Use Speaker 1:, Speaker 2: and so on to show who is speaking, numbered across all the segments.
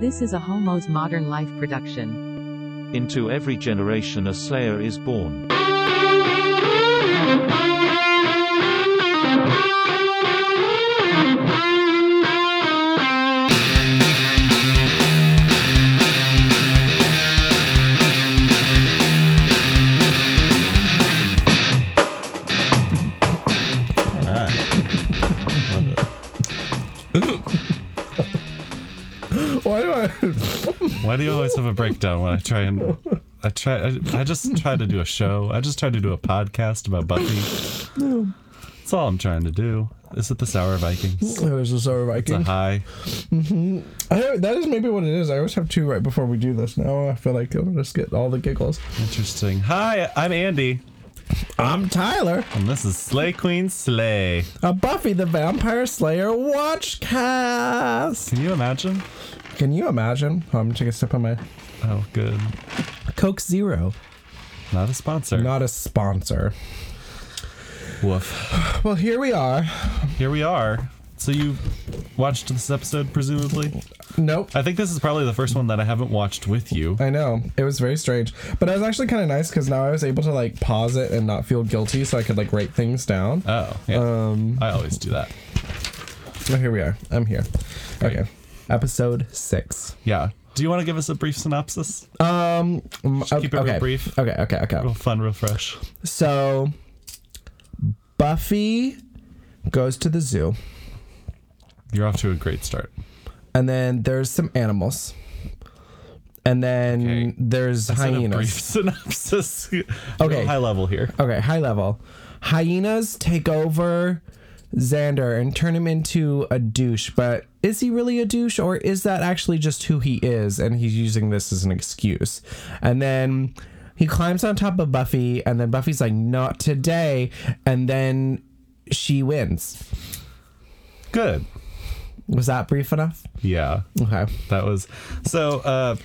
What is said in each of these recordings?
Speaker 1: This is a Homo's Modern Life production.
Speaker 2: Into every generation a slayer is born.
Speaker 3: Why do I?
Speaker 4: Why do you always have a breakdown when I try and I try? I, I just try to do a show. I just try to do a podcast about Buffy. That's all I'm trying to do. Is it the Sour Vikings?
Speaker 3: There's a Sour
Speaker 4: It's a
Speaker 3: Viking.
Speaker 4: high.
Speaker 3: I, that is maybe what it is. I always have two right before we do this. Now I feel like I'm just get all the giggles.
Speaker 4: Interesting. Hi, I'm Andy,
Speaker 3: I'm Tyler,
Speaker 4: and this is Slay Queen Slay.
Speaker 3: a Buffy the Vampire Slayer watch cast.
Speaker 4: Can you imagine?
Speaker 3: Can you imagine? Oh, I'm gonna take a sip of my
Speaker 4: Oh, good.
Speaker 3: Coke Zero.
Speaker 4: Not a sponsor.
Speaker 3: Not a sponsor.
Speaker 4: Woof.
Speaker 3: Well, here we are.
Speaker 4: Here we are. So you watched this episode, presumably.
Speaker 3: Nope.
Speaker 4: I think this is probably the first one that I haven't watched with you.
Speaker 3: I know. It was very strange. But it was actually kind of nice because now I was able to like pause it and not feel guilty so I could like write things down.
Speaker 4: Oh, yeah.
Speaker 3: um,
Speaker 4: I always do that.
Speaker 3: Oh, here we are. I'm here.
Speaker 4: Great.
Speaker 3: Okay. Episode six.
Speaker 4: Yeah. Do you want to give us a brief synopsis?
Speaker 3: Um, mm, o-
Speaker 4: keep it real
Speaker 3: okay.
Speaker 4: brief.
Speaker 3: Okay, okay, okay.
Speaker 4: Real fun, real fresh.
Speaker 3: So, Buffy goes to the zoo,
Speaker 4: You're off to a great start.
Speaker 3: and then there's some animals, and then
Speaker 4: Okay.
Speaker 3: there's
Speaker 4: That's in a brief
Speaker 3: hyenas.
Speaker 4: synopsis. Real
Speaker 3: Okay.
Speaker 4: high level here.
Speaker 3: Okay, high level. Hyenas take over Xander and turn him into a douche. But is he really a douche, or is that actually just who he is, and he's using this as an excuse? And then he climbs on top of Buffy, and then Buffy's like, "Not today," and then she wins.
Speaker 4: Good.
Speaker 3: Was that brief enough?
Speaker 4: Yeah.
Speaker 3: Okay.
Speaker 4: That was so uh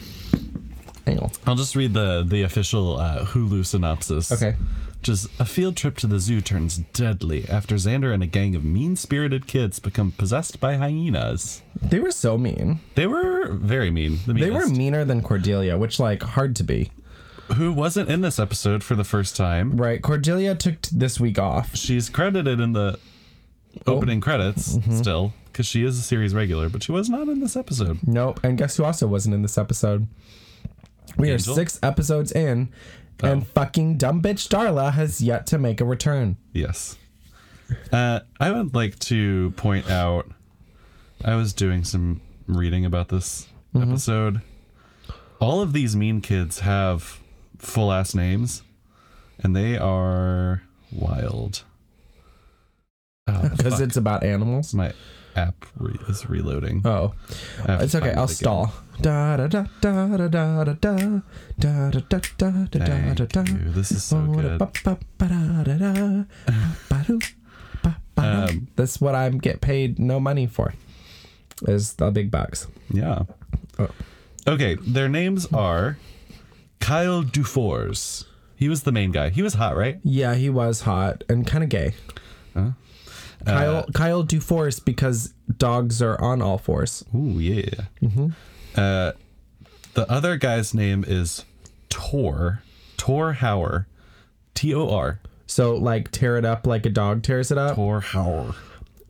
Speaker 3: Hang on.
Speaker 4: I'll just read the the official uh, Hulu synopsis.
Speaker 3: Okay.
Speaker 4: Just a field trip to the zoo turns deadly after Xander and a gang of mean-spirited kids become possessed by hyenas.
Speaker 3: They were so mean.
Speaker 4: They were very mean. The
Speaker 3: They were
Speaker 4: meanest.
Speaker 3: meaner than Cordelia, which like hard to be.
Speaker 4: who wasn't in this episode for the first time.
Speaker 3: Right. Cordelia took t- this week off.
Speaker 4: she's credited in the
Speaker 3: Oh.
Speaker 4: opening credits
Speaker 3: Mm-hmm.
Speaker 4: still because she is a series regular, but she was not in this episode.
Speaker 3: Nope. And guess who also wasn't in this episode? We
Speaker 4: Angel? Oh.
Speaker 3: are six episodes in, and fucking dumb bitch Darla has yet to make a return.
Speaker 4: Yes. Uh, I would like to point out I was doing some reading about this
Speaker 3: Mm-hmm.
Speaker 4: episode. All of these mean kids have full ass names, and they are wild. Oh,
Speaker 3: Because
Speaker 4: fuck.
Speaker 3: it's about animals.
Speaker 4: my app re- is reloading.
Speaker 3: Oh.
Speaker 4: I have to
Speaker 3: It's okay.
Speaker 4: find it
Speaker 3: I'll
Speaker 4: again.
Speaker 3: stall. Da da da da da da da da da da da da da da da
Speaker 4: Thank
Speaker 3: da.
Speaker 4: you. This is so good. Um,
Speaker 3: That's what I'm get paid no money for. Is the big bucks.
Speaker 4: Yeah.
Speaker 3: Oh.
Speaker 4: Okay, their names are Kyle Dufors. He was the main guy. He was hot, right?
Speaker 3: Yeah, he was hot and kind of gay. Kyle
Speaker 4: Uh,
Speaker 3: Kyle Duforce because dogs are on all fours.
Speaker 4: Ooh, yeah. Uh, the other guy's name is Tor. Tor Hauer. T O R.
Speaker 3: So like tear it up like a dog tears it up,
Speaker 4: Tor Hauer.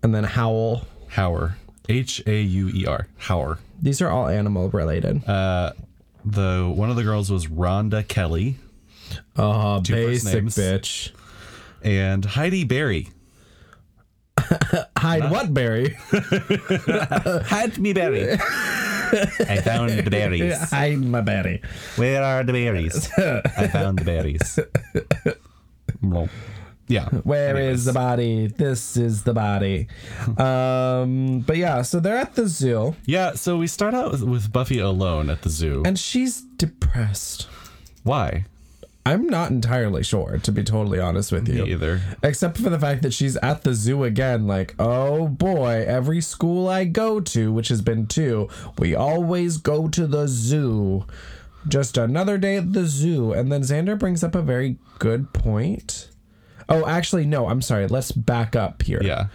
Speaker 3: and then howl.
Speaker 4: Hauer. H A U E R. Hauer.
Speaker 3: These are all animal related.
Speaker 4: Uh, The one of the girls was Rhonda Kelly
Speaker 3: Uh,
Speaker 4: first
Speaker 3: basic
Speaker 4: names.
Speaker 3: bitch.
Speaker 4: and Heidi Berry.
Speaker 3: Hide what berry?
Speaker 4: Hide me berry. I found the berries.
Speaker 3: Hide my berry.
Speaker 4: Where are the berries? I found the berries. Well, yeah.
Speaker 3: Where is the body? This is the body. Um, but yeah, so they're at the zoo
Speaker 4: Yeah, so we start out with- with Buffy alone at the zoo.
Speaker 3: and she's depressed.
Speaker 4: Why?
Speaker 3: I'm not entirely sure, to be totally honest with you.
Speaker 4: Me either.
Speaker 3: Except for the fact that she's at the zoo again, like, oh boy, every school I go to, which has been two, we always go to the zoo. Just another day at the zoo. And then Xander brings up a very good point. Oh, actually, no, I'm sorry. Let's back up here.
Speaker 4: Yeah.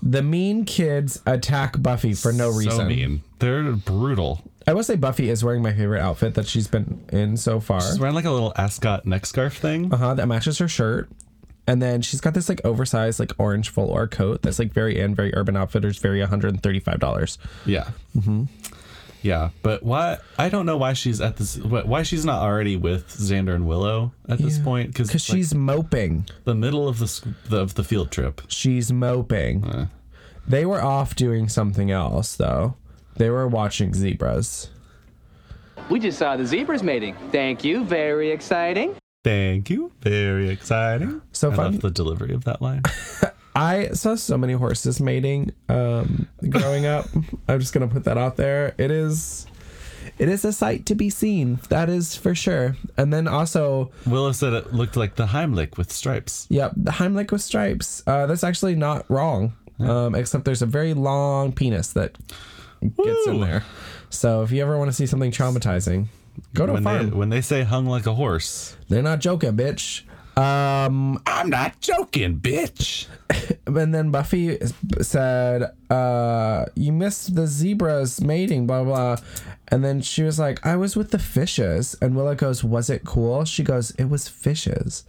Speaker 3: The mean kids attack Buffy for no
Speaker 4: So
Speaker 3: reason.
Speaker 4: mean. They're brutal.
Speaker 3: I will say Buffy is wearing my favorite outfit that she's been in so far.
Speaker 4: She's wearing like a little ascot neck scarf thing.
Speaker 3: Uh huh. That matches her shirt. And then she's got this like oversized like orange full or coat that's like very in, very Urban Outfitters, very one hundred and thirty five dollars.
Speaker 4: Yeah. Mm-hmm. Yeah, but why? I don't know why she's at this. wh- Why she's not already with Xander and Willow at this point? Because
Speaker 3: Because she's moping.
Speaker 4: the middle of the, sc- the of the field trip.
Speaker 3: She's moping. They were off doing something else though. They were watching zebras.
Speaker 5: We just saw the zebras mating. Thank you. Very exciting.
Speaker 4: Thank you. Very exciting.
Speaker 3: So
Speaker 4: I
Speaker 3: fun.
Speaker 4: love the delivery of that line.
Speaker 3: I saw so many horses mating um, growing up. I'm just gonna put that out there. It is, it is a sight to be seen. That is for sure. And then also,
Speaker 4: Willow said it looked like the Heimlich with stripes.
Speaker 3: yep, the Heimlich with stripes. Uh, that's actually not wrong. Um, except there's a very long penis that gets in
Speaker 4: Woo!
Speaker 3: there. So if you ever want to see something traumatizing, go to
Speaker 4: When
Speaker 3: a
Speaker 4: they
Speaker 3: farm.
Speaker 4: when they say hung like a horse,
Speaker 3: They're not joking, bitch. Um,
Speaker 4: I'm not joking, bitch.
Speaker 3: and then Buffy s- said, uh, "You missed the zebras mating, blah blah." And then she was like, "I was with the fishes." And Willow goes, "Was it cool?" She goes, "It was fishes."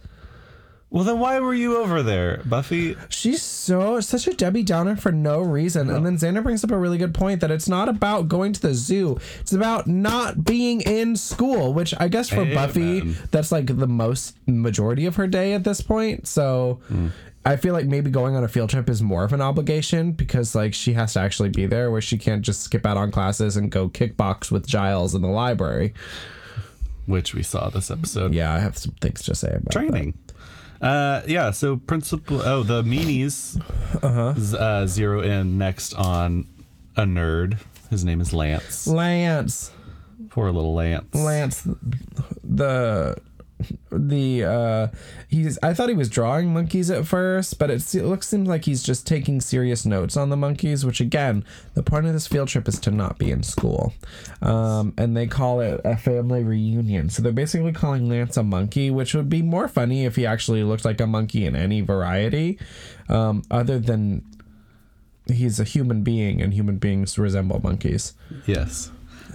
Speaker 4: Well, then why were you over there, Buffy?
Speaker 3: She's so such a Debbie Downer for no reason. And then Xander brings up a really good point that it's not about going to the zoo; it's about not being in school. Which I guess for Buffy,
Speaker 4: Amen.
Speaker 3: that's like the most majority of her day at this point. So I feel like maybe going on a field trip is more of an obligation because like she has to actually be there, where she can't just skip out on classes and go kickbox with Giles in the library.
Speaker 4: Which we saw this episode.
Speaker 3: Yeah, I have some things to say about that.
Speaker 4: training. Uh, yeah. So principal. Oh, the meanies. Uh-huh. Uh Zero in next on a nerd. His name is Lance.
Speaker 3: Lance.
Speaker 4: Poor little Lance.
Speaker 3: Lance, the the uh he's i thought he was drawing monkeys at first but it, se- it looks seems like he's just taking serious notes on the monkeys which again the point of this field trip is to not be in school um and they call it a family reunion so they're basically calling lance a monkey which would be more funny if he actually looked like a monkey in any variety um other than he's a human being and human beings resemble monkeys
Speaker 4: Yes.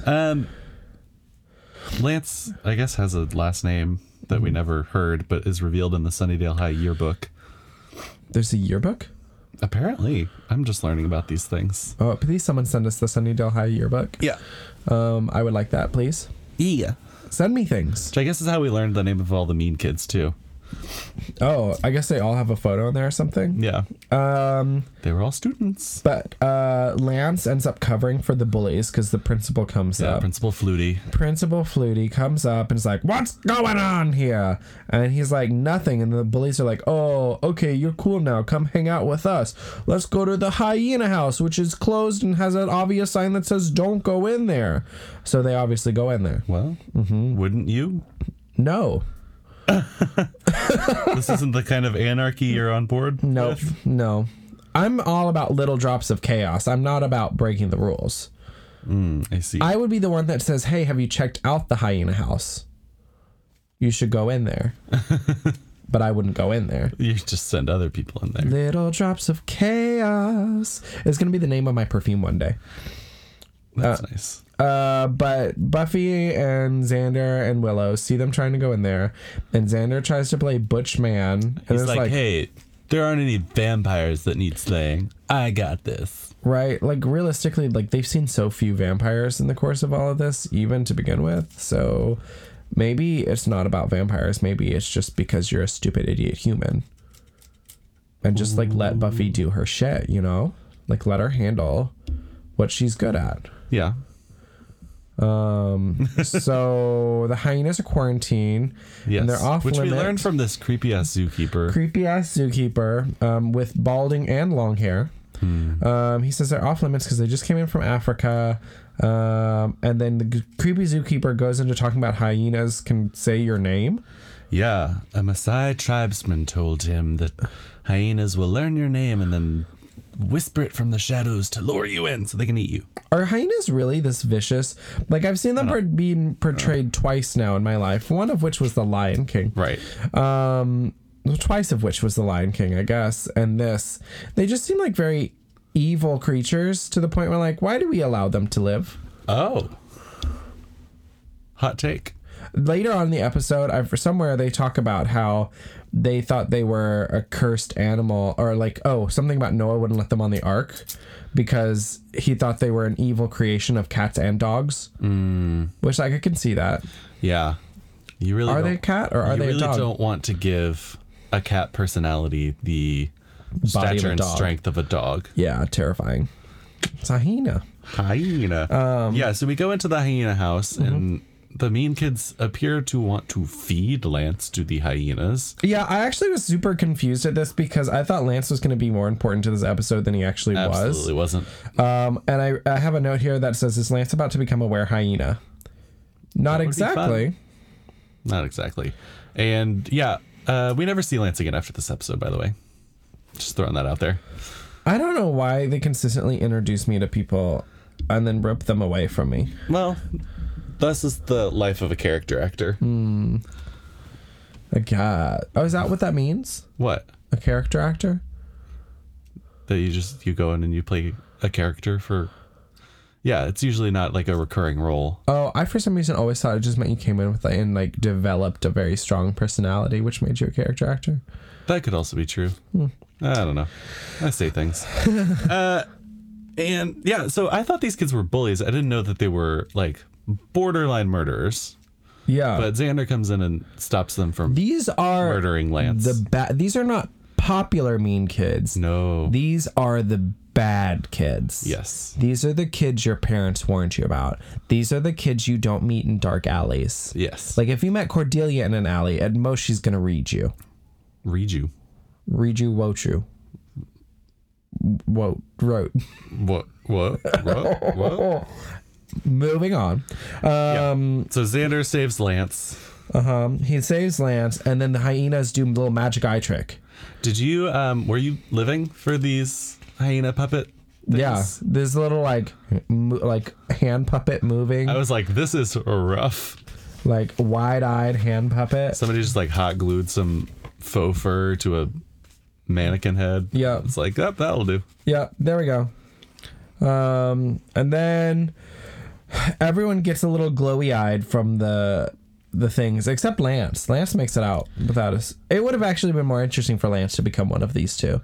Speaker 4: Um, Lance, I guess, has a last name that we never heard, but is revealed in the Sunnydale High yearbook.
Speaker 3: there's a yearbook
Speaker 4: Apparently, I'm just learning about these things.
Speaker 3: Oh, please someone send us the Sunnydale High yearbook.
Speaker 4: Yeah.
Speaker 3: Um, I would like that, please.
Speaker 4: Yeah.
Speaker 3: Send me things.
Speaker 4: Which I guess is how we learned the name of all the mean kids too.
Speaker 3: Oh, I guess they all have a photo in there or something.
Speaker 4: Yeah.
Speaker 3: Um,
Speaker 4: They were all students.
Speaker 3: but uh, Lance ends up covering for the bullies because the principal comes
Speaker 4: Yeah,
Speaker 3: up.
Speaker 4: Uh, Principal Flutie.
Speaker 3: Principal Flutie comes up and is like, "What's going on here?" And he's like, "Nothing." And the bullies are like, "Oh, okay, you're cool now. Come hang out with us. Let's go to the hyena house, which is closed and has an obvious sign that says "Don't go in there." So they obviously go in there.
Speaker 4: Well, wouldn't you?
Speaker 3: No,
Speaker 4: This isn't the kind of anarchy you're on board.
Speaker 3: Nope.
Speaker 4: with?
Speaker 3: No. I'm all about little drops of chaos. I'm not about breaking the rules.
Speaker 4: I see.
Speaker 3: I would be the one that says, Hey, have you checked out the hyena house? You should go in there. but I wouldn't go in there.
Speaker 4: you just send other people in there.
Speaker 3: Little drops of chaos. It's going to be the name of my perfume one day.
Speaker 4: That's nice.
Speaker 3: Uh, but Buffy and Xander and Willow see them trying to go in there, and Xander tries to play Butch Man. And
Speaker 4: He's
Speaker 3: it's
Speaker 4: like, hey, there aren't any vampires that need slaying. I got this.
Speaker 3: Right. Like realistically, like they've seen so few vampires in the course of all of this, even to begin with. So maybe it's not about vampires. Maybe it's just because you're a stupid idiot human. And just like let Buffy do her shit, you know? Like let her handle what she's good at.
Speaker 4: Yeah.
Speaker 3: so the hyenas are quarantined.
Speaker 4: Yes.
Speaker 3: And they're off
Speaker 4: Which
Speaker 3: limits.
Speaker 4: we learned from this creepy ass zookeeper.
Speaker 3: creepy ass zookeeper um, with balding and long hair. Um, he says they're off limits because they just came in from Africa. Um, and then the g- creepy zookeeper goes into talking about hyenas can say your name.
Speaker 4: yeah. A Maasai tribesman told him that hyenas will learn your name and then whisper it from the shadows to lure you in so they can eat you.
Speaker 3: Are hyenas really this vicious? Like I've seen them per- being portrayed twice now in my life. One of which was the Lion King.
Speaker 4: Right.
Speaker 3: um twice of which was the lion king i guess and this they just seem like very evil creatures to the point where like why do we allow them to live
Speaker 4: Oh. Hot take.
Speaker 3: later on in the episode, I for somewhere they talk about how they thought they were a cursed animal, or like oh something about Noah wouldn't let them on the ark because he thought they were an evil creation of cats and dogs. Mm. Which like I can see that.
Speaker 4: Yeah. Hmm. You really
Speaker 3: Are
Speaker 4: don't-
Speaker 3: they a cat or are
Speaker 4: you
Speaker 3: they
Speaker 4: really
Speaker 3: a dog?
Speaker 4: don't want to give a cat personality the
Speaker 3: Body of
Speaker 4: stature
Speaker 3: a
Speaker 4: and
Speaker 3: dog.
Speaker 4: strength of a dog.
Speaker 3: Yeah, terrifying. It's a hyena.
Speaker 4: Hyena. yeah, so we go into the hyena house and the mean kids appear to want to feed Lance to the hyenas.
Speaker 3: Yeah, I actually was super confused at this because I thought Lance was going to be more important to this episode than he actually
Speaker 4: Absolutely wasn't.
Speaker 3: was. Um, and I, I have a note here that says, "Is Lance about to become a were hyena?" Not
Speaker 4: would be fun.
Speaker 3: exactly.
Speaker 4: Not exactly. And yeah, uh, we never see Lance again after this episode, by the way. Just throwing that out there.
Speaker 3: I don't know why they consistently introduce me to people and then rip them away from me.
Speaker 4: Well, thus is the life of a character actor.
Speaker 3: A guy. Oh, is that what that means?
Speaker 4: What?
Speaker 3: A character actor?
Speaker 4: That you just you go in and you play a character for Yeah, it's usually not like a recurring role.
Speaker 3: Oh, I for some reason always thought it just meant you came in with and like developed a very strong personality, which made you a character actor.
Speaker 4: That could also be true.
Speaker 3: Hmm.
Speaker 4: I don't know. I say things. uh, and yeah, so I thought these kids were bullies. I didn't know that they were like borderline murderers.
Speaker 3: Yeah.
Speaker 4: But Xander comes in and stops them from
Speaker 3: these are
Speaker 4: murdering Lance.
Speaker 3: the bad these are not popular mean kids.
Speaker 4: no.
Speaker 3: These are the bad kids.
Speaker 4: yes.
Speaker 3: These are the kids your parents warned you about. These are the kids you don't meet in dark alleys.
Speaker 4: Yes.
Speaker 3: Like if you met Cordelia in an alley, at most she's gonna read you.
Speaker 4: read you.
Speaker 3: Read you wote you. Wote wrote.
Speaker 4: What? What? What? what?
Speaker 3: Moving on. Um
Speaker 4: So Xander saves Lance.
Speaker 3: um, he saves Lance and then the hyenas do a little magic eye trick.
Speaker 4: Did you? Um, were you living for these hyena puppet? Things?
Speaker 3: Yeah. This little like mo- like hand puppet moving,
Speaker 4: I was like, this is rough.
Speaker 3: like wide eyed hand puppet.
Speaker 4: Somebody just like hot glued some faux fur to a mannequin head.
Speaker 3: Yeah.
Speaker 4: It's like, oh, that'll do.
Speaker 3: Yeah, there we go. Um, and then everyone gets a little glowy eyed from the the things, except Lance. Lance makes it out without us. It would have actually been more interesting for Lance to become one of these two.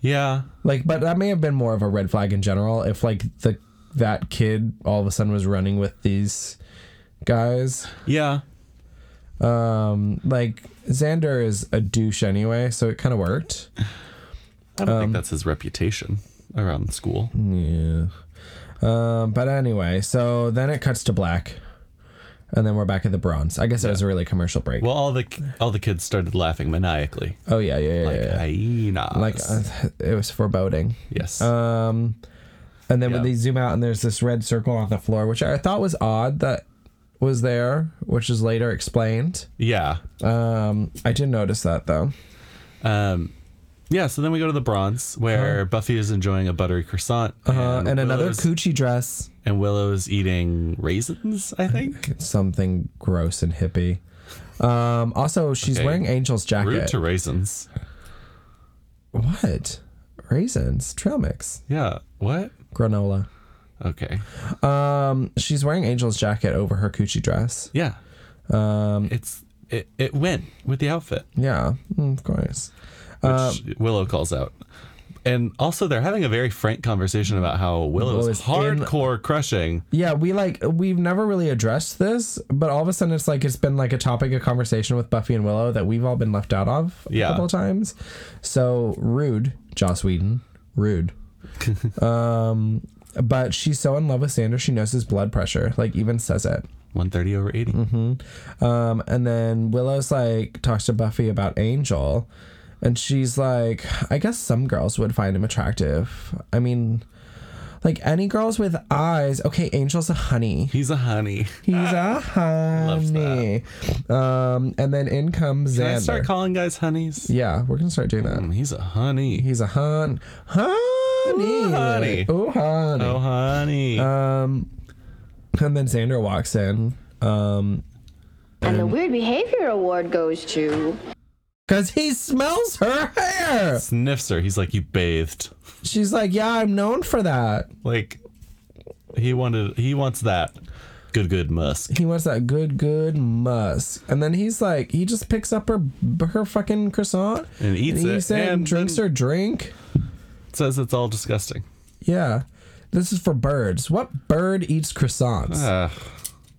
Speaker 4: Yeah.
Speaker 3: Like, but that may have been more of a red flag in general. If like the that kid all of a sudden was running with these guys,
Speaker 4: Yeah.
Speaker 3: um, like Xander is a douche anyway, so it kind of worked.
Speaker 4: I don't
Speaker 3: Um,
Speaker 4: think that's his reputation around school.
Speaker 3: Hmm. Yeah. Um, but anyway, so then it cuts to black, and then we're back at the bronze. I guess it was a really commercial break.
Speaker 4: Well, all the all the kids started laughing maniacally,
Speaker 3: oh yeah, yeah, yeah. yeah,
Speaker 4: like
Speaker 3: yeah.
Speaker 4: hyenas.
Speaker 3: Like uh, it was foreboding.
Speaker 4: yes.
Speaker 3: Um, and then when
Speaker 4: Yeah.
Speaker 3: they zoom out, and there's this red circle on the floor, which I thought was odd that was there, which is later explained.
Speaker 4: yeah.
Speaker 3: Um, I did notice that though.
Speaker 4: Um, yeah, so then we go to the bronze where Buffy is enjoying a buttery croissant
Speaker 3: Uh, Uh-huh. and another
Speaker 4: Willow's,
Speaker 3: coochie dress.
Speaker 4: and Willow's eating raisins, I think.
Speaker 3: Something gross and hippie. Um, also, she's
Speaker 4: Okay.
Speaker 3: wearing Angel's jacket.
Speaker 4: Root to raisins.
Speaker 3: What? Raisins, trail mix,
Speaker 4: Yeah. What?
Speaker 3: granola.
Speaker 4: Okay.
Speaker 3: Um, she's wearing Angel's jacket over her coochie dress.
Speaker 4: Yeah. Um, it's it, it went with the outfit,
Speaker 3: Yeah, mm, of course.
Speaker 4: which
Speaker 3: Um,
Speaker 4: Willow calls out. And also they're having a very frank conversation about how Willow's
Speaker 3: Willow's in-
Speaker 4: hardcore crushing.
Speaker 3: Yeah, we like we've never really addressed this, but all of a sudden it's like it's been like a topic of conversation with Buffy and Willow that we've all been left out of a
Speaker 4: Yeah.
Speaker 3: couple of times. So rude, Joss Whedon, rude. um, but she's so in love with Sanders, she knows his blood pressure. Like even says it.
Speaker 4: 130 over 80.
Speaker 3: Mm-hmm. Um, and then Willow's like talks to Buffy about Angel, and she's like, I guess some girls would find him attractive. I mean, like any girls with eyes. Okay, Angel's a honey.
Speaker 4: He's a honey.
Speaker 3: He's a
Speaker 4: Loves
Speaker 3: honey. Um, and then in comes
Speaker 4: Can I
Speaker 3: Xander.
Speaker 4: start calling guys honeys?
Speaker 3: yeah, we're gonna start doing that.
Speaker 4: Mm, He's a honey.
Speaker 3: He's a hun honey.
Speaker 4: Ooh, honey.
Speaker 3: Ooh, honey.
Speaker 4: Oh, honey.
Speaker 3: Um, and then Xander walks in. Um,
Speaker 6: And the Weird Behavior Award goes to.
Speaker 3: cause he smells her hair.
Speaker 4: Sniffs her. He's like, you bathed.
Speaker 3: She's like, yeah, I'm known for that.
Speaker 4: Like he wanted he wants that. Good, good Musk.
Speaker 3: He wants that good, good musk. And then he's like, he just picks up her her fucking croissant
Speaker 4: And eats
Speaker 3: and
Speaker 4: it,
Speaker 3: eats it and,
Speaker 4: and
Speaker 3: drinks
Speaker 4: then-
Speaker 3: her drink.
Speaker 4: Says it's all disgusting.
Speaker 3: Yeah. This is for birds. What bird eats croissants?
Speaker 4: Uh,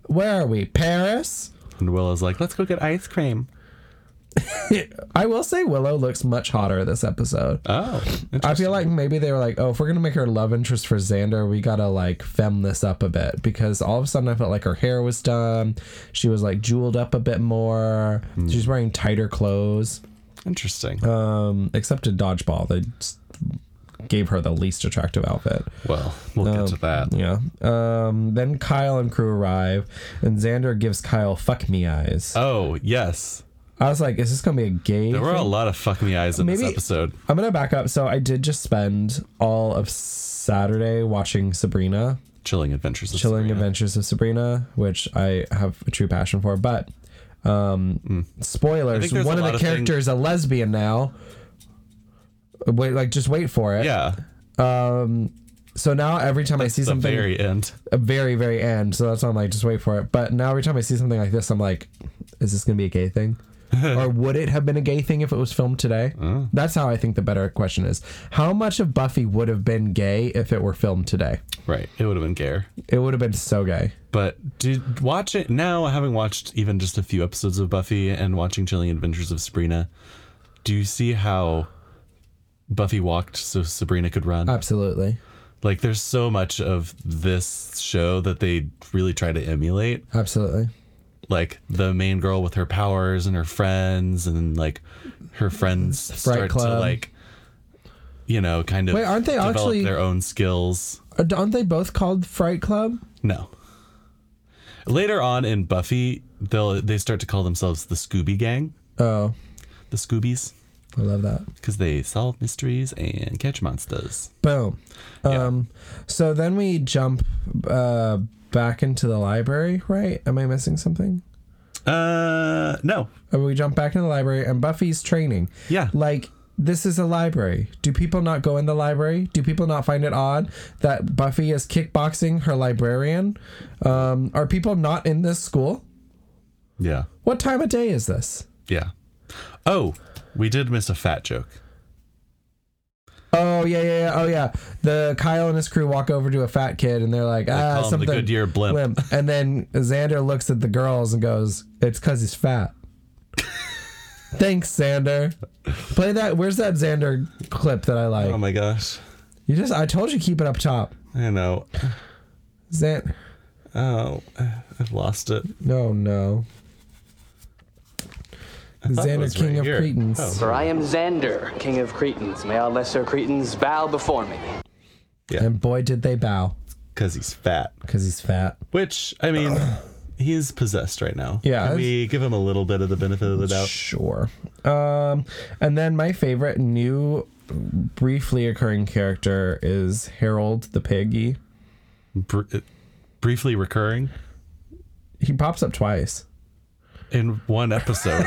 Speaker 3: Where are we? Paris?
Speaker 4: and Willa's like, let's go get ice cream.
Speaker 3: I will say Willow looks much hotter this episode.
Speaker 4: Oh,
Speaker 3: I feel like maybe they were like, oh, if we're gonna make her love interest for Xander, we gotta like fem this up a bit because all of a sudden I felt like her hair was done. She was like jeweled up a bit more.
Speaker 4: Hmm.
Speaker 3: She's wearing tighter clothes.
Speaker 4: interesting.
Speaker 3: Um, except in dodgeball, they s- gave her the least attractive outfit.
Speaker 4: well, we'll get to that.
Speaker 3: Um, Yeah. Um, then Kyle and crew arrive, and Xander gives Kyle fuck me eyes.
Speaker 4: Oh, yes.
Speaker 3: I was like, is this gonna be a gay?
Speaker 4: There were
Speaker 3: thing?
Speaker 4: a lot of fuck me eyes in this
Speaker 3: Maybe-
Speaker 4: episode.
Speaker 3: I'm gonna back up. So I did just spend all of Saturday watching Sabrina,
Speaker 4: Chilling Adventures of
Speaker 3: Chilling
Speaker 4: Sabrina.
Speaker 3: Adventures of Sabrina, which I have a true passion for. But um, spoilers:
Speaker 4: Hmm. there's
Speaker 3: one
Speaker 4: a
Speaker 3: of
Speaker 4: lot
Speaker 3: the
Speaker 4: of
Speaker 3: characters a lesbian now. Wait, like just wait for it.
Speaker 4: Yeah,
Speaker 3: So now every time I see
Speaker 4: the
Speaker 3: something,
Speaker 4: very end.
Speaker 3: a very very end, so that's why I'm like just wait for it. But now every time I see something like this, I'm like, is this gonna be a gay thing? or would it have been a gay thing if it was filmed today? That's how I think the better question is. How much of Buffy would have been gay if it were filmed today?
Speaker 4: Right. It would have been Gare.
Speaker 3: It would have been so gay.
Speaker 4: But did watch it now, having watched even just a few episodes of Buffy and watching Chilling Adventures of Sabrina, do you see how Buffy walked so Sabrina could run?
Speaker 3: Absolutely.
Speaker 4: like there's so much of this show that they really try to emulate.
Speaker 3: Absolutely.
Speaker 4: Like the main girl with her powers and her friends and like her friends start to
Speaker 3: Club.
Speaker 4: like you know, kind of
Speaker 3: Wait, aren't they
Speaker 4: develop
Speaker 3: actually-
Speaker 4: their own skills.
Speaker 3: Uh, Aren't they both called Fright Club?
Speaker 4: No. Later on in Buffy, they'll they start to call themselves the Scooby Gang,
Speaker 3: Oh,
Speaker 4: the Scoobies,
Speaker 3: I love that.
Speaker 4: because they solve mysteries and catch monsters.
Speaker 3: Boom.
Speaker 4: Yeah.
Speaker 3: Um, so then we jump uh, back into the library, right? Am I missing something?
Speaker 4: Uh, no,
Speaker 3: Uh, We jump back in the library and Buffy's training.
Speaker 4: Yeah.
Speaker 3: Like, this is a library. Do people not go in the library? Do people not find it odd that Buffy is kickboxing her librarian? Um, are people not in this school?
Speaker 4: yeah,
Speaker 3: What time of day is this?
Speaker 4: yeah. Oh, we did miss a fat joke.
Speaker 3: Oh yeah, yeah, yeah. Oh yeah. The Kyle and his crew walk over to a fat kid, and they're like, ah,
Speaker 4: call him the
Speaker 3: something.
Speaker 4: Goodyear blimp."
Speaker 3: And then Xander looks at the girls and goes, "It's cause he's fat." Thanks, Xander. Play that. Where's that Xander clip that I like?
Speaker 4: Oh my gosh,
Speaker 3: you just. I told you keep it up top.
Speaker 4: I know.
Speaker 3: Xan.
Speaker 4: Oh, I've lost it.
Speaker 3: No, no.
Speaker 4: thought it
Speaker 3: Xander,
Speaker 4: was
Speaker 3: king
Speaker 4: right
Speaker 3: of
Speaker 4: here.
Speaker 3: Cretans.
Speaker 4: Oh.
Speaker 5: For I am Xander, king of Cretans. May all lesser Cretans bow before me.
Speaker 3: And boy, did they bow
Speaker 4: Because he's fat.
Speaker 3: because he's fat.
Speaker 4: Which I mean, he is possessed right now.
Speaker 3: Yeah,
Speaker 4: Can we give him a little bit of the benefit of the doubt.
Speaker 3: Sure. Um, and then my favorite new briefly occurring character is Harold the Piggy.
Speaker 4: Br- uh, briefly recurring.
Speaker 3: He pops up twice.
Speaker 4: in one episode.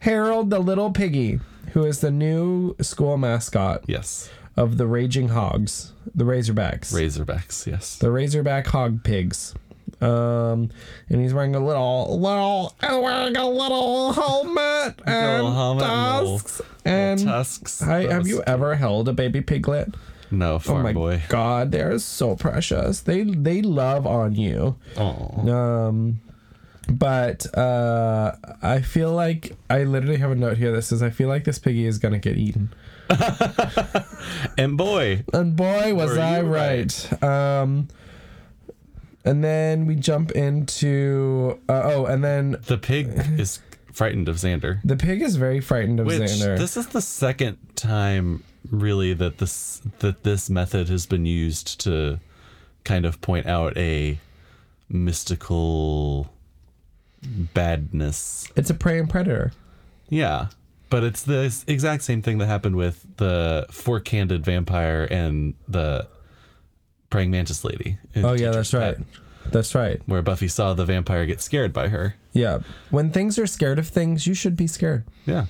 Speaker 3: Harold the Little Piggy, who is the new school mascot
Speaker 4: yes.
Speaker 3: of the Raging Hogs, the Razorbacks,
Speaker 4: Razorbacks, yes.
Speaker 3: the Razorback Hog Pigs. Um, and he's wearing a little, little, and wearing a little helmet and
Speaker 4: Little helmet and little-
Speaker 3: tusks. And,
Speaker 4: Tusks.
Speaker 3: Hi, have
Speaker 4: Those-
Speaker 3: you ever held a baby piglet?
Speaker 4: No,
Speaker 3: Oh
Speaker 4: farm
Speaker 3: my
Speaker 4: boy.
Speaker 3: god, they are so precious. They they love on you.
Speaker 4: Oh.
Speaker 3: Um but uh I feel like I literally have a note here that says I feel like this piggy is gonna get eaten.
Speaker 4: And boy,
Speaker 3: And boy was
Speaker 4: Were
Speaker 3: I
Speaker 4: you
Speaker 3: right. Um and then we jump into uh, oh and then
Speaker 4: the pig is frightened of Xander.
Speaker 3: the pig is very frightened of
Speaker 4: Which
Speaker 3: Xander.
Speaker 4: this is the second time really that this that this method has been used to kind of point out a mystical badness
Speaker 3: it's a prey and predator.
Speaker 4: Yeah. But it's the s- exact same thing that happened with the four candid vampire and the praying mantis lady. in
Speaker 3: Oh yeah,
Speaker 4: Teacher's
Speaker 3: that's right.
Speaker 4: Pet,
Speaker 3: That's right.
Speaker 4: where Buffy saw the vampire get scared by her.
Speaker 3: Yeah. When things are scared of things, you should be scared.
Speaker 4: Yeah.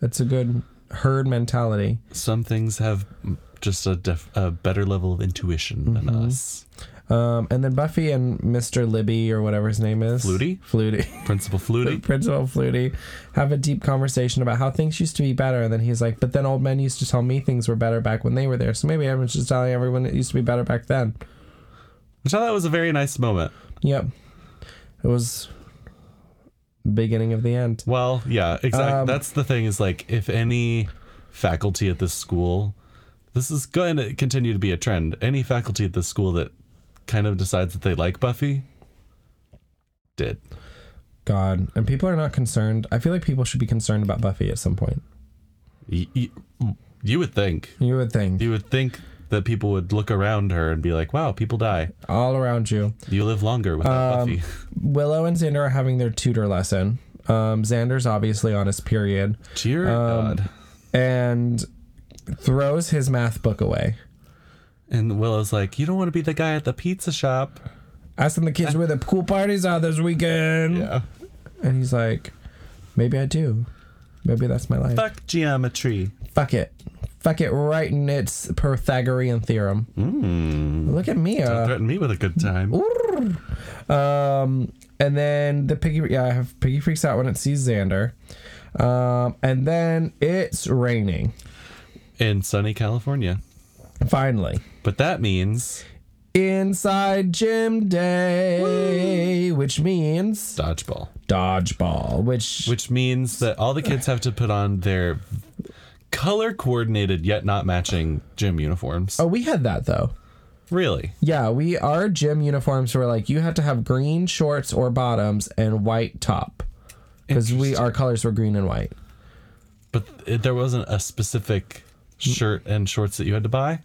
Speaker 3: That's a good herd mentality. Mm-hmm.
Speaker 4: Some things have m- just a, def- a better level of intuition than us.
Speaker 3: Um, and then Buffy and Mr. Libby or whatever his name is.
Speaker 4: Flutie?
Speaker 3: Flutie.
Speaker 4: Principal Flutie.
Speaker 3: Principal Flutie have a deep conversation about how things used to be better. And then he's like, but then old men used to tell me things were better back when they were there. So maybe everyone's just telling everyone it used to be better back then.
Speaker 4: Which I thought was a very nice moment.
Speaker 3: Yep. It was beginning of the end.
Speaker 4: Well, yeah, exactly.
Speaker 3: Um,
Speaker 4: That's the thing is like if any faculty at this school, this is going to continue to be a trend. Any faculty at this school that kind of decides that they like Buffy did.
Speaker 3: God. And people are not concerned. I feel like people should be concerned about Buffy at some point.
Speaker 4: Y- y- you would think.
Speaker 3: You would think.
Speaker 4: You would think that people would look around her and be like, "Wow, people die.
Speaker 3: All around you.
Speaker 4: You live longer without Buffy."
Speaker 3: Willow and Xander are having their tutor lesson. Um, Xander's obviously on his period
Speaker 4: Dear God.
Speaker 3: and throws his math book away.
Speaker 4: And Willow's like, "You don't want to be the guy at the pizza shop."
Speaker 3: Asking the kids where the pool parties are this weekend. And he's like, maybe I do. Maybe that's my life. Fuck,
Speaker 4: Fuck geometry.
Speaker 3: it. Fuck it right in its Pythagorean theorem. Look at me. uh,
Speaker 4: Threaten me with a good time.
Speaker 3: Um, and then the piggy, yeah, I have piggy freaks out when it sees Xander. Um, and then it's raining.
Speaker 4: in sunny California.
Speaker 3: Finally,
Speaker 4: But that means
Speaker 3: inside gym day, which means
Speaker 4: dodgeball,
Speaker 3: dodgeball, which,
Speaker 4: which means that all the kids have to put on their color coordinated yet not matching gym uniforms.
Speaker 3: oh, we had that though.
Speaker 4: really?
Speaker 3: Yeah, we our gym uniforms were like you had to have green shorts or bottoms and white top because we our colors were green and white.
Speaker 4: But it, there wasn't a specific shirt and shorts that you had to buy.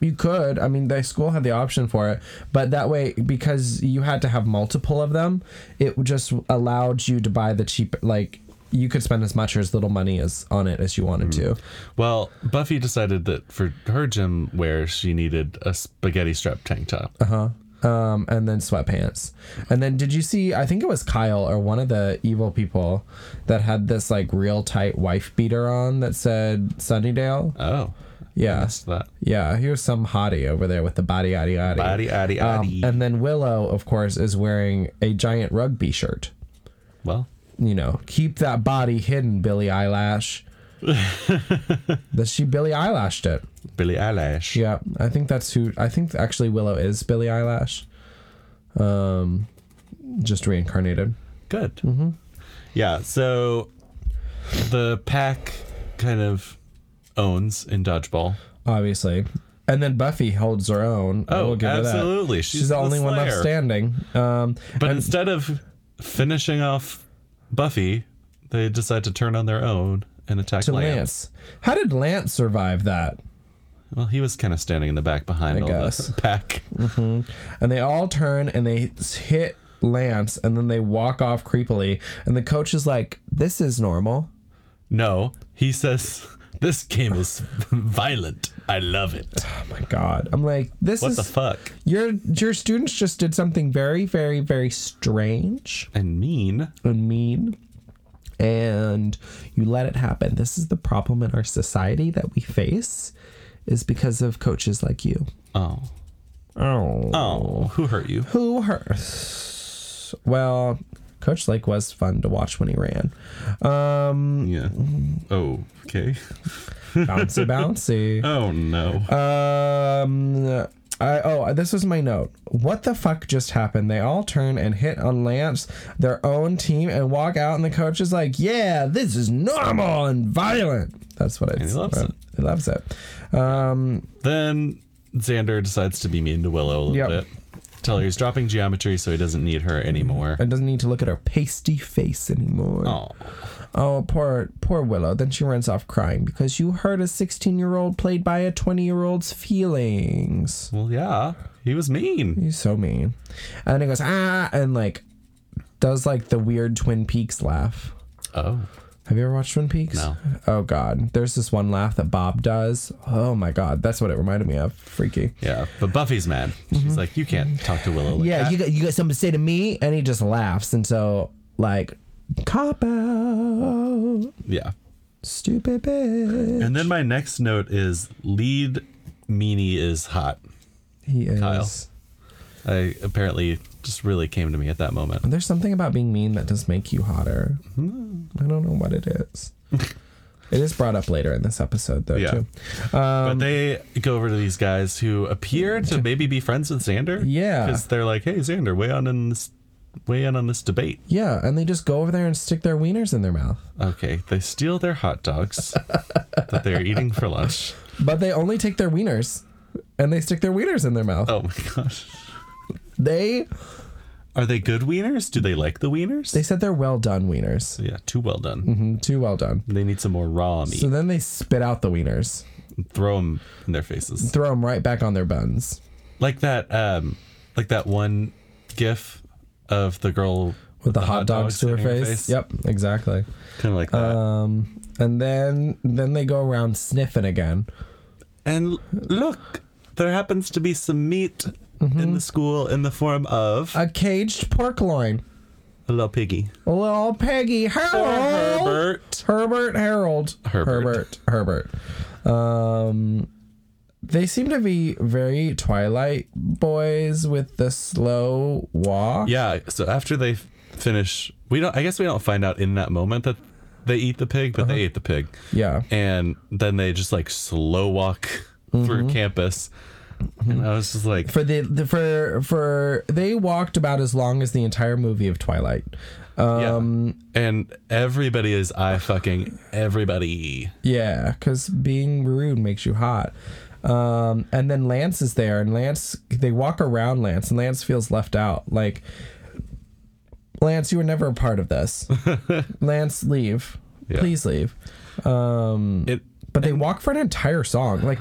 Speaker 3: You could. I mean, the school had the option for it, but that way, because you had to have multiple of them, it just allowed you to buy the cheap. Like you could spend as much or as little money as on it as you wanted to.
Speaker 4: Well, Buffy decided that for her gym wear, she needed a spaghetti strap tank top.
Speaker 3: Um, and then sweatpants. And then did you see? I think it was Kyle or one of the evil people that had this like real tight wife beater on that said Sunnydale.
Speaker 4: Oh,
Speaker 3: Yeah,
Speaker 4: that's that.
Speaker 3: yeah. Here's some hottie over there with the body, yaddy, yaddy.
Speaker 4: Body, addy,
Speaker 3: Um,
Speaker 4: addy.
Speaker 3: and then Willow, of course, is wearing a giant rugby shirt.
Speaker 4: well,
Speaker 3: you know, keep that body hidden, Billie Eyelash. that she Billie Eyelashed it.
Speaker 4: Billie Eilish.
Speaker 3: Yeah, I think that's who. I think actually Willow is Billie Eyelash. Um, just reincarnated.
Speaker 4: Good. Mm-hmm. Yeah. So the pack kind of owns in dodgeball.
Speaker 3: obviously. And then Buffy holds her own. I
Speaker 4: Oh,
Speaker 3: will give her that.
Speaker 4: absolutely.
Speaker 3: She's,
Speaker 4: She's
Speaker 3: the
Speaker 4: the
Speaker 3: only one left
Speaker 4: Slayer.
Speaker 3: standing. Um,
Speaker 4: But instead of finishing off Buffy, they decide to turn on their own and attack
Speaker 3: to
Speaker 4: Lance.
Speaker 3: Lance. How did Lance survive that?
Speaker 4: Well, he was kind of standing in the back behind
Speaker 3: I
Speaker 4: all
Speaker 3: guess.
Speaker 4: the pack.
Speaker 3: and they all turn and they s- hit Lance, and then they walk off creepily. And the coach is like, "This is normal."
Speaker 4: No, he says, This game is violent. I love it.
Speaker 3: Oh my god! I'm like, "This
Speaker 4: What
Speaker 3: is
Speaker 4: the fuck?
Speaker 3: your your students just did something very, very, very strange
Speaker 4: And mean.
Speaker 3: and mean." And you let it happen. This is the problem in our society that we face, is because of coaches like you.
Speaker 4: Oh.
Speaker 3: Oh,
Speaker 4: Oh, who hurt you?
Speaker 3: who hurts? Well, Coach Lake was fun to watch when he ran. Um,
Speaker 4: Yeah. Oh, okay.
Speaker 3: bouncy bouncy
Speaker 4: Oh, no.
Speaker 3: um I, oh, this was my note. What the fuck just happened? They all turn and hit on Lance, their own team, and walk out, and the coach is like, "Yeah, this is normal and violent." That's what it's.
Speaker 4: he loves it.
Speaker 3: He loves it. Um,
Speaker 4: Then Xander decides to be mean to Willow a little
Speaker 3: Yep.
Speaker 4: bit. Tell her he's dropping geometry so he doesn't need her anymore.
Speaker 3: and doesn't need to look at her pasty face anymore.
Speaker 4: Oh,
Speaker 3: Oh, poor, poor Willow. Then she runs off crying because you hurt a sixteen-year-old played by a twenty-year-old's feelings.
Speaker 4: well, yeah. He was mean.
Speaker 3: He's so mean. And he goes, ah, and like does like the weird Twin Peaks laugh.
Speaker 4: Oh.
Speaker 3: Have you ever watched Twin Peaks?
Speaker 4: No.
Speaker 3: Oh god. There's this one laugh that Bob does. Oh my god. That's what it reminded me of. Freaky.
Speaker 4: Yeah. But Buffy's mad. She's like, you can't talk to Willow like
Speaker 3: Mm-hmm. Yeah,
Speaker 4: that.
Speaker 3: you got you got something to say to me? And he just laughs. And so like cop out.
Speaker 4: yeah.
Speaker 3: Stupid bitch.
Speaker 4: And then my next note is lead meanie is hot.
Speaker 3: He is
Speaker 4: Kyle. I apparently just really came to me at that moment.
Speaker 3: There's something about being mean that does make you hotter.
Speaker 4: Hmm.
Speaker 3: I don't know what it is. it is brought up later in this episode, though,
Speaker 4: Yeah.
Speaker 3: too. Um,
Speaker 4: but they go over to these guys who appear to maybe be friends with Xander.
Speaker 3: Yeah.
Speaker 4: Because they're like, hey, Xander, weigh on in this, weigh in on this debate.
Speaker 3: Yeah, and they just go over there and stick their wieners in their mouth.
Speaker 4: Okay, they steal their hot dogs that they're eating for lunch.
Speaker 3: But they only take their wieners and they stick their wieners in their mouth.
Speaker 4: Oh my gosh.
Speaker 3: They
Speaker 4: Are they good wieners? Do they like the wieners?
Speaker 3: they said they're well done wieners.
Speaker 4: yeah, too well done.
Speaker 3: Mm, Too well done.
Speaker 4: They need some more raw meat.
Speaker 3: So then they spit out the wieners,
Speaker 4: Throw them in their faces.
Speaker 3: throw them right back on their buns.
Speaker 4: Like that um like that one gif of the girl
Speaker 3: With the, hot, dogs, to her face. Yep, exactly.
Speaker 4: Kind of like that.
Speaker 3: Um, and then then they go around sniffing again.
Speaker 4: And l- look, there happens to be some meat
Speaker 3: Mm-hmm.
Speaker 4: in the school in the form of
Speaker 3: A caged pork loin.
Speaker 4: a little piggy.
Speaker 3: Little Peggy Harold.
Speaker 4: Herbert.
Speaker 3: Herbert Harold.
Speaker 4: Herbert.
Speaker 3: Herbert. Herbert. Um, they seem to be very Twilight boys with the slow walk.
Speaker 4: Yeah. So after they f- finish, we don't. I guess we don't find out in that moment that they eat the pig, but they ate the pig,
Speaker 3: Uh-huh. Yeah.
Speaker 4: and then they just like slow walk through campus. And I was just like,
Speaker 3: Mm-hmm. For the, the for for they walked about as long as the entire movie of Twilight. Um,
Speaker 4: yeah. And everybody is eye fucking everybody.
Speaker 3: yeah, because being rude makes you hot. Um, and then Lance is there, and Lance they walk around Lance, and Lance feels left out. Like, Lance, you were never a part of this. Lance, leave.
Speaker 4: Yeah.
Speaker 3: Please leave. Mm.
Speaker 4: It.
Speaker 3: but they walk for an entire song. Like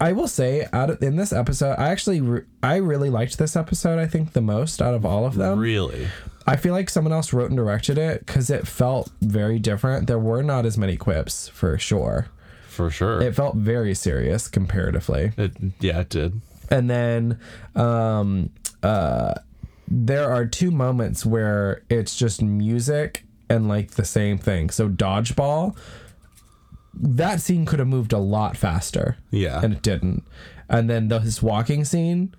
Speaker 3: I will say, out of, in this episode, I actually re- I really liked this episode. I think the most out of all of them.
Speaker 4: Really?
Speaker 3: I feel like someone else wrote and directed it because it felt very different. There were not as many quips for sure.
Speaker 4: For sure.
Speaker 3: It felt very serious comparatively.
Speaker 4: it, yeah, it did.
Speaker 3: And then um, uh, there are two moments where it's just music and like the same thing. So dodgeball, that scene could have moved a lot faster.
Speaker 4: Yeah.
Speaker 3: and it didn't. And then the, his walking scene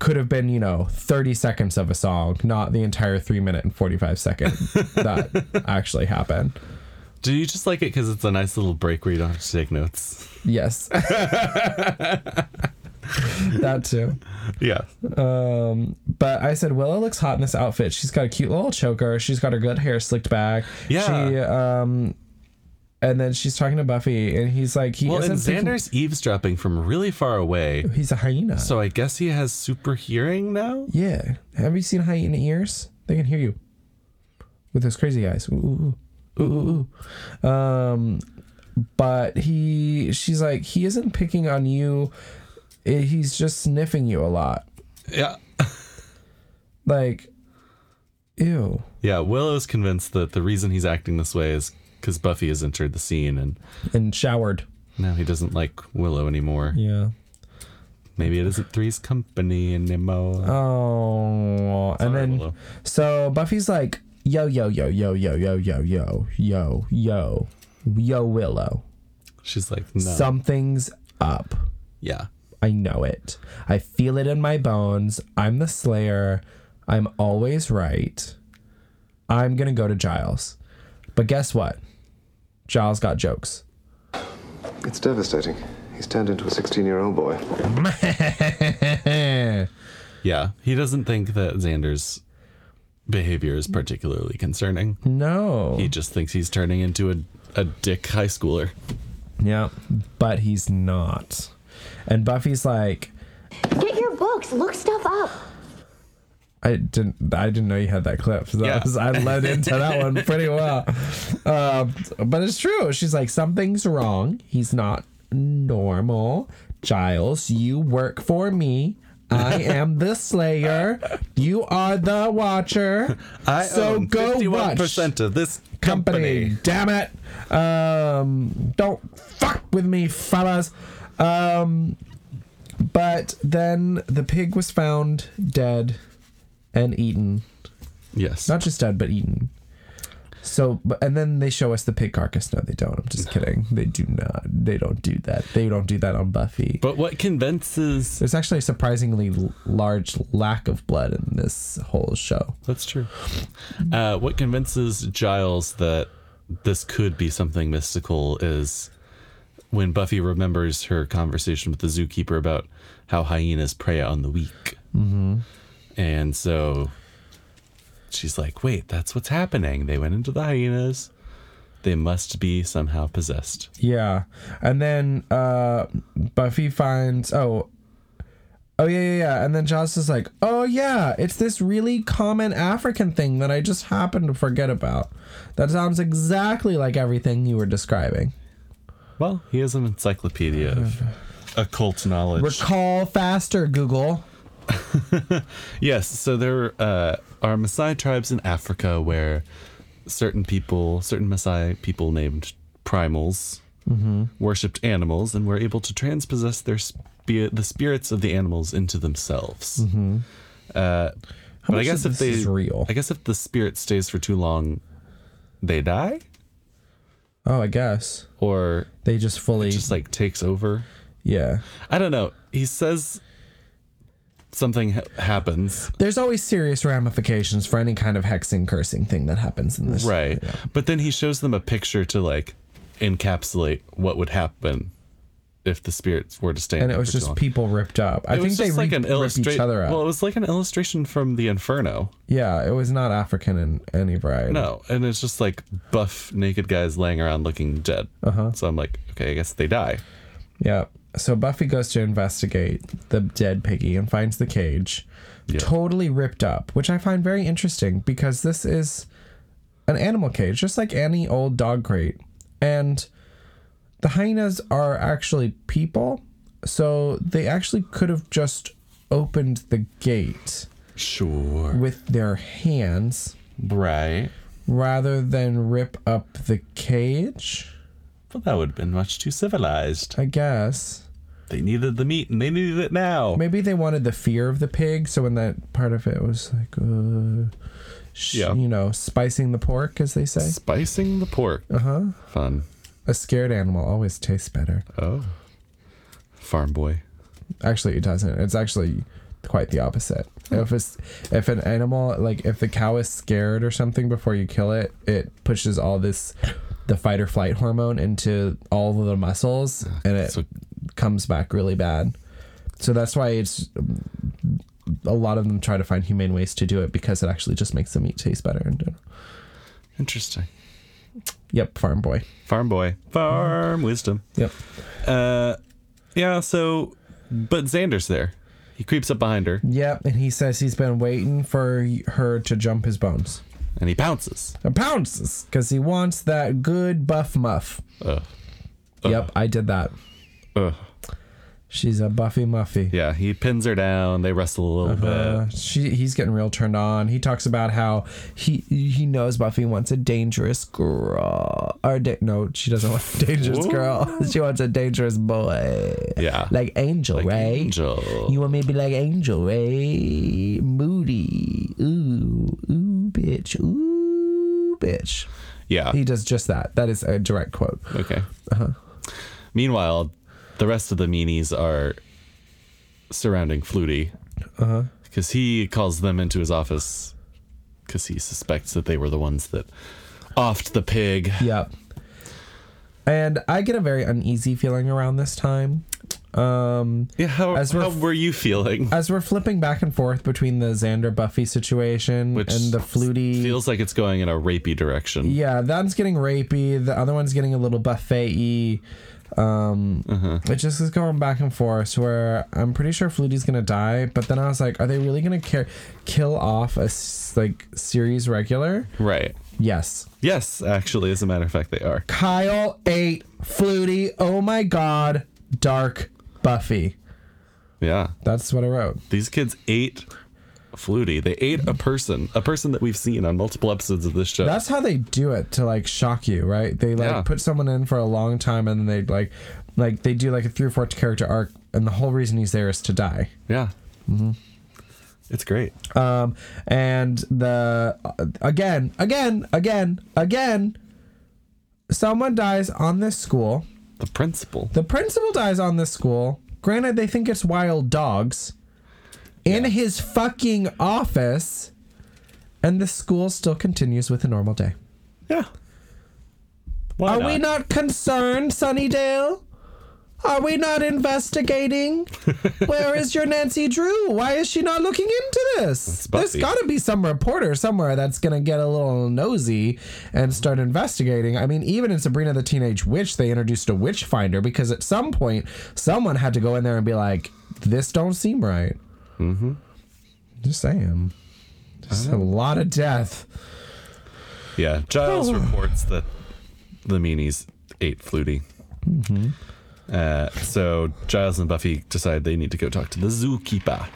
Speaker 3: could have been you know 30 seconds of a song, not the entire three minute and 45 second that actually happened.
Speaker 4: Do you just like it because it's a nice little break where you don't have to take notes?
Speaker 3: Yes, that too.
Speaker 4: Yeah.
Speaker 3: But I said, Willow looks hot in this outfit. She's got a cute little choker. She's got her good hair slicked back.
Speaker 4: Yeah.
Speaker 3: She, um, and then she's talking to Buffy, and he's like, he
Speaker 4: Well, and
Speaker 3: isn't. picking-
Speaker 4: Xander's eavesdropping from really far away,
Speaker 3: he's a hyena.
Speaker 4: so I guess he has super hearing now.
Speaker 3: yeah. Have you seen hyena ears? They can hear you with those crazy eyes. Ooh, ooh, ooh, ooh, ooh. Um, but he, she's like, he isn't picking on you. Eh, He's just sniffing you a lot.
Speaker 4: Yeah.
Speaker 3: Like, ew.
Speaker 4: Yeah. Willow's convinced that the reason he's acting this way is because Buffy has entered the scene, and
Speaker 3: And showered.
Speaker 4: now he doesn't like Willow anymore.
Speaker 3: Yeah.
Speaker 4: Maybe it isn't Three's company anymore.
Speaker 3: Oh, and
Speaker 4: Sorry,
Speaker 3: then
Speaker 4: Willow.
Speaker 3: so Buffy's like, yo, yo, yo, yo, yo, yo, yo, yo, yo, yo, yo, Willow,
Speaker 4: She's like, no.
Speaker 3: something's up.
Speaker 4: yeah.
Speaker 3: I know it. I feel it in my bones. I'm the Slayer. I'm always right. I'm gonna go to Giles, but guess what? Giles got jokes.
Speaker 7: It's devastating. He's turned into a 16 year old boy.
Speaker 4: Yeah. He doesn't think that Xander's behavior is particularly concerning.
Speaker 3: Hmm. No.
Speaker 4: He just thinks he's turning into a, a dick high schooler.
Speaker 3: yeah, but he's not. And Buffy's like,
Speaker 6: Get your books, look stuff up.
Speaker 3: I didn't. I didn't know you had that clip. So that
Speaker 4: Yeah.
Speaker 3: was, I led into that one pretty well. Um, but it's true. She's like, something's wrong. He's not normal. Giles, you work for me. I am the Slayer. You are the Watcher.
Speaker 4: I
Speaker 3: so
Speaker 4: own
Speaker 3: go
Speaker 4: 51%
Speaker 3: watch
Speaker 4: of this
Speaker 3: company.
Speaker 4: company.
Speaker 3: Damn it. Um, don't fuck with me, fellas. Um, but then the pig was found dead and eaten.
Speaker 4: Yes.
Speaker 3: Not just dead, but eaten. So, but- and then they show us the pig carcass. No, they don't. I'm just kidding. They do not. They don't do that. They don't do that on Buffy.
Speaker 4: But what convinces?
Speaker 3: There's actually a surprisingly l- large lack of blood in this whole show.
Speaker 4: That's true. Uh, what convinces Giles that this could be something mystical is when Buffy remembers her conversation with the zookeeper about how hyenas prey on the weak, mm-hmm. and so she's like, "Wait, that's what's happening. They went into the hyenas. They must be somehow possessed."
Speaker 3: Yeah. And then uh Buffy finds oh Oh yeah, yeah, yeah. And then Joss is like, "Oh yeah, it's this really common African thing that I just happened to forget about." That sounds exactly like everything you were describing.
Speaker 4: Well, he is an encyclopedia of occult knowledge.
Speaker 3: Recall faster, Google.
Speaker 4: Yes, so there uh, are Maasai tribes in Africa where certain people, certain Maasai people named primals,
Speaker 3: Mm-hmm.
Speaker 4: worshipped animals and were able to transpossess their spi- the spirits of the animals into themselves. Uh, but I
Speaker 3: Mm-hmm. much
Speaker 4: guess
Speaker 3: of
Speaker 4: if
Speaker 3: this
Speaker 4: they,
Speaker 3: is real?
Speaker 4: I guess if the spirit stays for too long, they die
Speaker 3: Oh, I guess
Speaker 4: or
Speaker 3: they just fully
Speaker 4: just like takes over.
Speaker 3: yeah.
Speaker 4: I don't know. He says something ha- happens.
Speaker 3: There's always serious ramifications for any kind of hexing, cursing thing that happens in this.
Speaker 4: Right. But then he shows them a picture to like encapsulate what would happen if the spirits were to stand.
Speaker 3: And it
Speaker 4: there
Speaker 3: was
Speaker 4: for too
Speaker 3: just
Speaker 4: long.
Speaker 3: people ripped up. I
Speaker 4: It
Speaker 3: think
Speaker 4: was
Speaker 3: they
Speaker 4: just like
Speaker 3: re-
Speaker 4: an
Speaker 3: ripped each
Speaker 4: illustration.
Speaker 3: other up.
Speaker 4: Well, it was like an illustration from the Inferno.
Speaker 3: yeah, it was not African in any variety.
Speaker 4: No, and it's just like buff naked guys laying around looking dead. Uh-huh. So I'm like, okay, I guess they die.
Speaker 3: Yeah. So Buffy goes to investigate the dead piggy and finds the cage totally ripped up, which I find very interesting because this is an animal cage, just like any old dog crate. And the hyenas are actually people. So they actually could have just opened the gate
Speaker 4: Sure.
Speaker 3: with their hands
Speaker 4: Right.
Speaker 3: rather than rip up the cage,
Speaker 4: Well, that would have been much too civilized.
Speaker 3: I guess.
Speaker 4: They needed the meat and they needed it now.
Speaker 3: Maybe they wanted the fear of the pig, so when that part of it was like, uh, sh-
Speaker 4: Yeah.
Speaker 3: you know, spicing the pork, as they say.
Speaker 4: Spicing the pork. Uh
Speaker 3: Uh-huh.
Speaker 4: huh. Fun.
Speaker 3: A scared animal always tastes better.
Speaker 4: Oh. Farm boy.
Speaker 3: Actually, it doesn't. It's actually quite the opposite. If it's if an animal like if the cow is scared or something before you kill it, it pushes all this the fight or flight hormone into all of the muscles, and it
Speaker 4: so-
Speaker 3: comes back really bad. So that's why it's a lot of them try to find humane ways to do it because it actually just makes the meat taste better. in general.
Speaker 4: Interesting.
Speaker 3: Yep, farm boy.
Speaker 4: Farm boy. Farm wisdom.
Speaker 3: Yep.
Speaker 4: Uh, yeah, so, but Xander's there. He creeps up behind her
Speaker 3: Yep, and he says he's been waiting for her to jump his bones.
Speaker 4: and he pounces.
Speaker 3: and pounces because he wants that good buff muff.
Speaker 4: Ugh.
Speaker 3: Yep, I did that.
Speaker 4: Ugh.
Speaker 3: She's a Buffy Muffy.
Speaker 4: Yeah, he pins her down. They wrestle a little
Speaker 3: Uh,
Speaker 4: bit.
Speaker 3: she he's getting real turned on. He talks about how he he knows Buffy wants a dangerous girl. Or da- no, she doesn't want a dangerous
Speaker 4: Ooh.
Speaker 3: girl. She wants a dangerous boy.
Speaker 4: Yeah.
Speaker 3: Like Angel,
Speaker 4: Like
Speaker 3: right?
Speaker 4: Angel.
Speaker 3: You want me to be like Angel, right? Moody. Ooh, ooh, bitch. Ooh, bitch.
Speaker 4: Yeah.
Speaker 3: He does just that. That is a direct quote.
Speaker 4: Okay. Meanwhile, the rest of the meanies are surrounding Flutie because he calls them into his office because he suspects that they were the ones that offed the pig.
Speaker 3: Yep. And I get a very uneasy feeling around this time. Um,
Speaker 4: Yeah, how,
Speaker 3: As we're
Speaker 4: how
Speaker 3: f-
Speaker 4: were you feeling?
Speaker 3: as we're flipping back and forth between the Xander Buffy situation
Speaker 4: Which
Speaker 3: and the Flutie.
Speaker 4: Feels like it's going in a rapey direction.
Speaker 3: yeah, that's getting rapey. The other one's getting a little buffet y. Um,
Speaker 4: Mm-hmm.
Speaker 3: It just is going back and forth where I'm pretty sure Flutie's gonna die, but then I was like, are they really gonna care- kill off a s- like series regular?
Speaker 4: Right.
Speaker 3: Yes.
Speaker 4: Yes, actually, as a matter of fact, they are.
Speaker 3: Kyle ate Flutie. Oh my god. Dark Buffy.
Speaker 4: Yeah.
Speaker 3: That's what I wrote.
Speaker 4: These kids ate Flutie. They ate a person, a person that we've seen on multiple episodes of this show.
Speaker 3: That's how they do it to like shock you, right? They like
Speaker 4: Yeah.
Speaker 3: put someone in for a long time and then they like like they do like a three or four character arc and the whole reason he's there is to die.
Speaker 4: yeah. It's great.
Speaker 3: Um, and the uh, again, again, again, again, someone dies on this school.
Speaker 4: The principal.
Speaker 3: The principal dies on this school. Granted, they think it's wild dogs in his fucking office, and the school still continues with a normal day.
Speaker 4: Yeah. Why
Speaker 3: Are we
Speaker 4: not?
Speaker 3: not concerned, Sunnydale? Are we not investigating? Where is your Nancy Drew? Why is she not looking into this? There's
Speaker 4: Buffy.
Speaker 3: got to be some reporter somewhere that's going to get a little nosy and start investigating. I mean, even in Sabrina the Teenage Witch, they introduced a witch finder because at some point, someone had to go in there and be like, this don't seem right. Mm-hmm. Just saying. Just a lot of death.
Speaker 4: Yeah, Giles reports that the meanies ate Flutie. Uh, so Giles and Buffy decide they need to go talk to the zookeeper,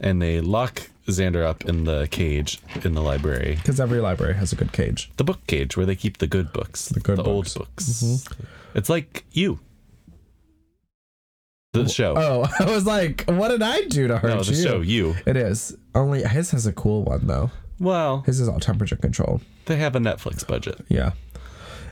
Speaker 4: and they lock Xander up in the cage in the library,
Speaker 3: Because every library has a good cage.
Speaker 4: the book cage where they keep the good books, the,
Speaker 3: good Mm-hmm.
Speaker 4: old books. It's like you, the show.
Speaker 3: Oh, I was like, what did I do to hurt
Speaker 4: no,
Speaker 3: you?
Speaker 4: the show you.
Speaker 3: It is. Only his has a cool one though.
Speaker 4: Well,
Speaker 3: His is all temperature controlled.
Speaker 4: they have a Netflix budget.
Speaker 3: Yeah.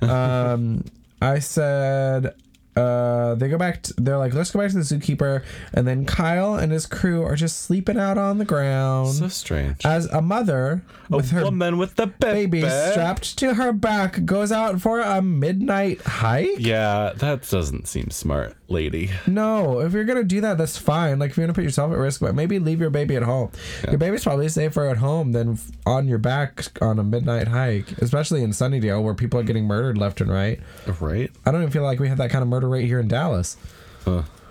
Speaker 3: Um, I said uh, they go back. To, they're like, let's go back to the zookeeper, and then Kyle and his crew are just sleeping out on the ground
Speaker 4: So strange.
Speaker 3: as a mother with
Speaker 4: a
Speaker 3: her
Speaker 4: woman with the
Speaker 3: baby strapped to her back goes out for a midnight hike.
Speaker 4: Yeah, that doesn't seem smart, lady.
Speaker 3: No, if you're gonna do that, that's fine. Like if you're gonna put yourself at risk, but maybe leave your baby at home. Your baby's probably safer at home than f- on your back on a midnight hike, especially in Sunnydale where people are getting murdered left and right.
Speaker 4: Right?
Speaker 3: I don't even feel like we have that kind of murder rate here in Dallas.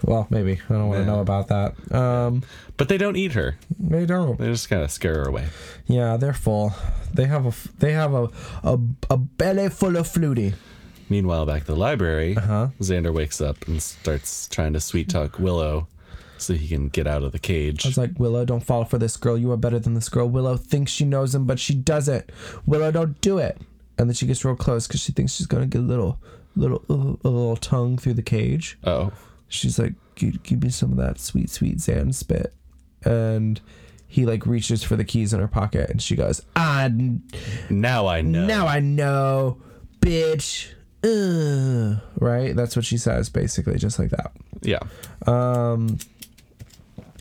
Speaker 3: Well, maybe I don't want to know about that. Um,
Speaker 4: But they don't eat her.
Speaker 3: they don't.
Speaker 4: They just kind of scare her away.
Speaker 3: Yeah, they're full. They have a f- they have a a, a belly full of flutie.
Speaker 4: Meanwhile, back at the library,
Speaker 3: Uh-huh.
Speaker 4: Xander wakes up and starts trying to sweet talk Willow so he can get out of the
Speaker 3: I
Speaker 4: cage.
Speaker 3: was like, Willow, don't fall for this girl. You are better than this girl. Willow thinks she knows him, but she doesn't. Willow, don't do it. And then she gets real close because she thinks she's gonna get a little, little, uh, a little tongue through the cage.
Speaker 4: Oh,
Speaker 3: She's like, "Gi- give me some of that sweet, sweet Zan spit. And he like reaches for the keys in her pocket, and she goes, ah, n-
Speaker 4: now I know.
Speaker 3: now I know, bitch. Ugh. Right? That's what she says, basically, just like that.
Speaker 4: yeah.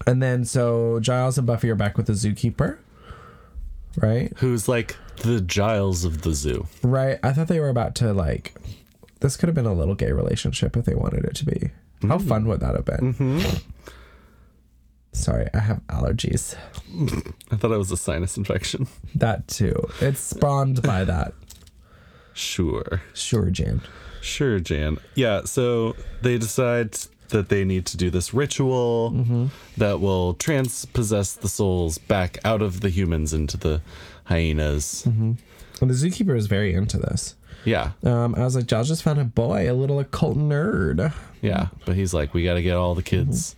Speaker 3: And then so Giles and Buffy are back with the zookeeper, right?
Speaker 4: Who's like the Giles of the zoo.
Speaker 3: Right. I thought they were about to like. This could have been a little gay relationship if they wanted it to be. How fun would that have been? Sorry, I have allergies.
Speaker 4: I thought it was a sinus infection.
Speaker 3: That too. It's spawned by that.
Speaker 4: Sure.
Speaker 3: Sure, Jan.
Speaker 4: Sure, Jan. Yeah, so they decide that they need to do this ritual that will transpossess the souls back out of the humans into the hyenas.
Speaker 3: And the zookeeper is very into this.
Speaker 4: Yeah,
Speaker 3: Um, I was like, Giles just found a boy, a little occult nerd.
Speaker 4: yeah. But he's like, we got to get all the kids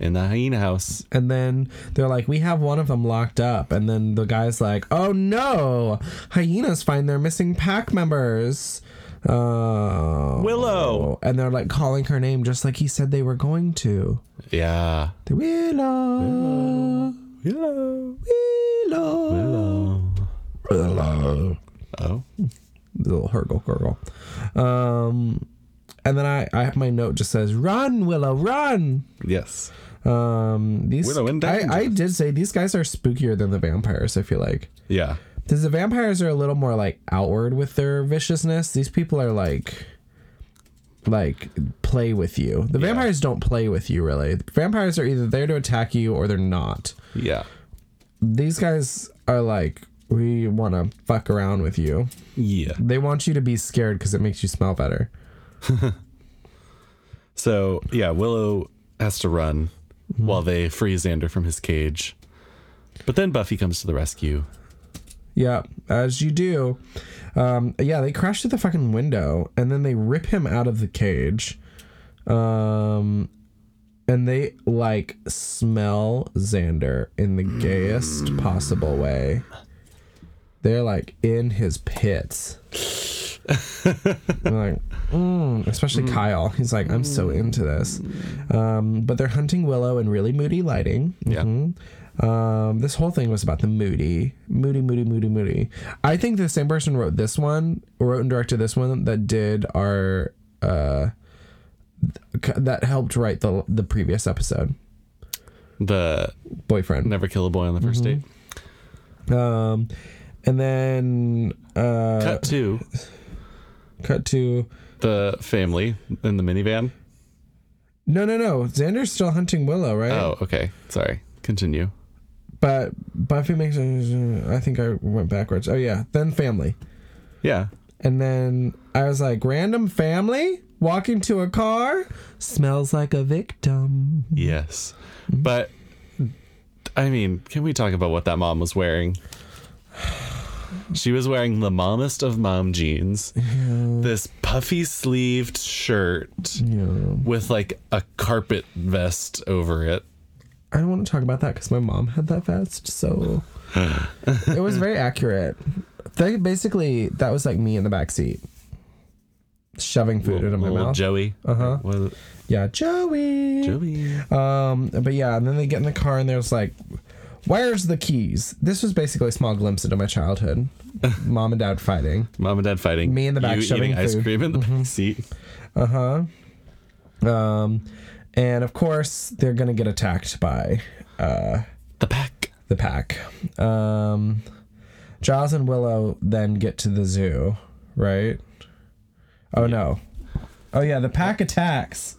Speaker 4: in the hyena house.
Speaker 3: And then they're like, we have one of them locked up. And then the guy's like, oh no, hyenas find their missing pack members. Oh.
Speaker 4: Willow.
Speaker 3: And they're like calling her name just like he said they were going to.
Speaker 4: Yeah.
Speaker 3: The Willow.
Speaker 4: Hello.
Speaker 3: Willow.
Speaker 4: Oh,
Speaker 3: The little hurgle gurgle. Um, and then I, I have my note just says, run, Willow, run.
Speaker 4: yes.
Speaker 3: Um, these,
Speaker 4: Willow in
Speaker 3: I,
Speaker 4: danger.
Speaker 3: I did say these guys are spookier than the vampires, I feel like.
Speaker 4: Yeah.
Speaker 3: Because the vampires are a little more like outward with their viciousness. These people are like, like play with you. The vampires don't play with you really. Vampires are either there to attack you or they're not.
Speaker 4: Yeah.
Speaker 3: These guys are like, we want to fuck around with you.
Speaker 4: Yeah.
Speaker 3: They want you to be scared because it makes you smell better.
Speaker 4: So yeah, Willow has to run while they free Xander from his cage. But then Buffy comes to the rescue.
Speaker 3: Yeah, as you do. Um, yeah, they crash through the fucking window and then they rip him out of the cage. Um, and they like smell Xander in the gayest possible way. They're like in his pits. I'm like, mm, especially Kyle. He's like, I'm so
Speaker 4: Mm.
Speaker 3: into this. Um, but they're hunting Willow in really moody lighting.
Speaker 4: Yeah.
Speaker 3: Mhm. Um, this whole thing was about the moody, moody, moody, moody, moody. I think the same person wrote this one, wrote and directed this one that did our, uh, th- that helped write the the previous episode,
Speaker 4: The
Speaker 3: boyfriend.
Speaker 4: never kill a boy on the 1st date.
Speaker 3: Um, and then uh,
Speaker 4: Cut to
Speaker 3: cut to
Speaker 4: the family in the minivan.
Speaker 3: no, no, no. Xander's still hunting Willow, right?
Speaker 4: Oh, okay. Sorry. Continue.
Speaker 3: But Buffy makes. I think I went backwards. Oh yeah, then family,
Speaker 4: Yeah.
Speaker 3: and then I was like, random family walking to a car smells like a victim.
Speaker 4: Yes.
Speaker 3: Mm-hmm.
Speaker 4: But I mean, can we talk about what that mom was wearing? She was wearing the mommest of mom jeans, this puffy sleeved shirt with like a carpet vest over it.
Speaker 3: I don't want to talk about that because my mom had that vest, so it was very accurate. They basically that was like me in the back seat, shoving food into my
Speaker 4: Little
Speaker 3: mouth.
Speaker 4: Joey.
Speaker 3: Uh-huh.
Speaker 4: Was it?
Speaker 3: Yeah, Joey.
Speaker 4: Joey.
Speaker 3: Um, but yeah, and then they get in the car and there's like, where's the keys? This was basically a small glimpse into my childhood. Mom and dad fighting.
Speaker 4: Mom and dad fighting.
Speaker 3: Me in the back
Speaker 4: You
Speaker 3: shoving
Speaker 4: eating ice
Speaker 3: food. Mm-hmm.
Speaker 4: cream in the back seat.
Speaker 3: Um, and of course they're gonna get attacked by uh
Speaker 4: The pack.
Speaker 3: the pack. Um, Giles and Willow then get to the zoo, right? Oh no. Oh yeah, the pack attacks.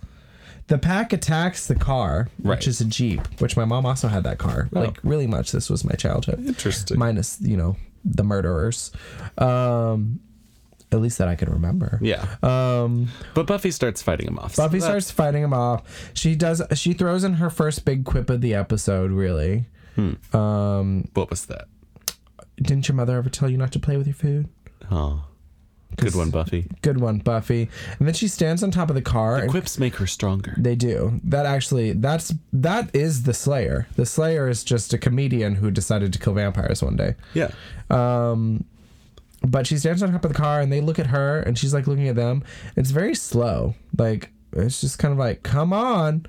Speaker 3: The pack attacks the car,
Speaker 4: Right. Oh.
Speaker 3: which is a Jeep, which my mom also had that car. Like really much this was my childhood.
Speaker 4: Interesting.
Speaker 3: Minus, you know, the murderers. Um at least that I could remember.
Speaker 4: Yeah.
Speaker 3: Um
Speaker 4: but Buffy starts fighting him off.
Speaker 3: Buffy starts fighting him off. She does she throws in her first big quip of the episode, really.
Speaker 4: What was that?
Speaker 3: Didn't your mother ever tell you not to play with your food?
Speaker 4: Oh. Good one, Buffy.
Speaker 3: Good one, Buffy. And then she stands on top of the car. and
Speaker 4: Quips make her stronger.
Speaker 3: they do. That actually that's that is the Slayer. The Slayer is just a comedian who decided to kill vampires one day.
Speaker 4: Yeah.
Speaker 3: But she stands on top of the car and they look at her and she's like looking at them. It's very slow. Like it's just kind of like, come on.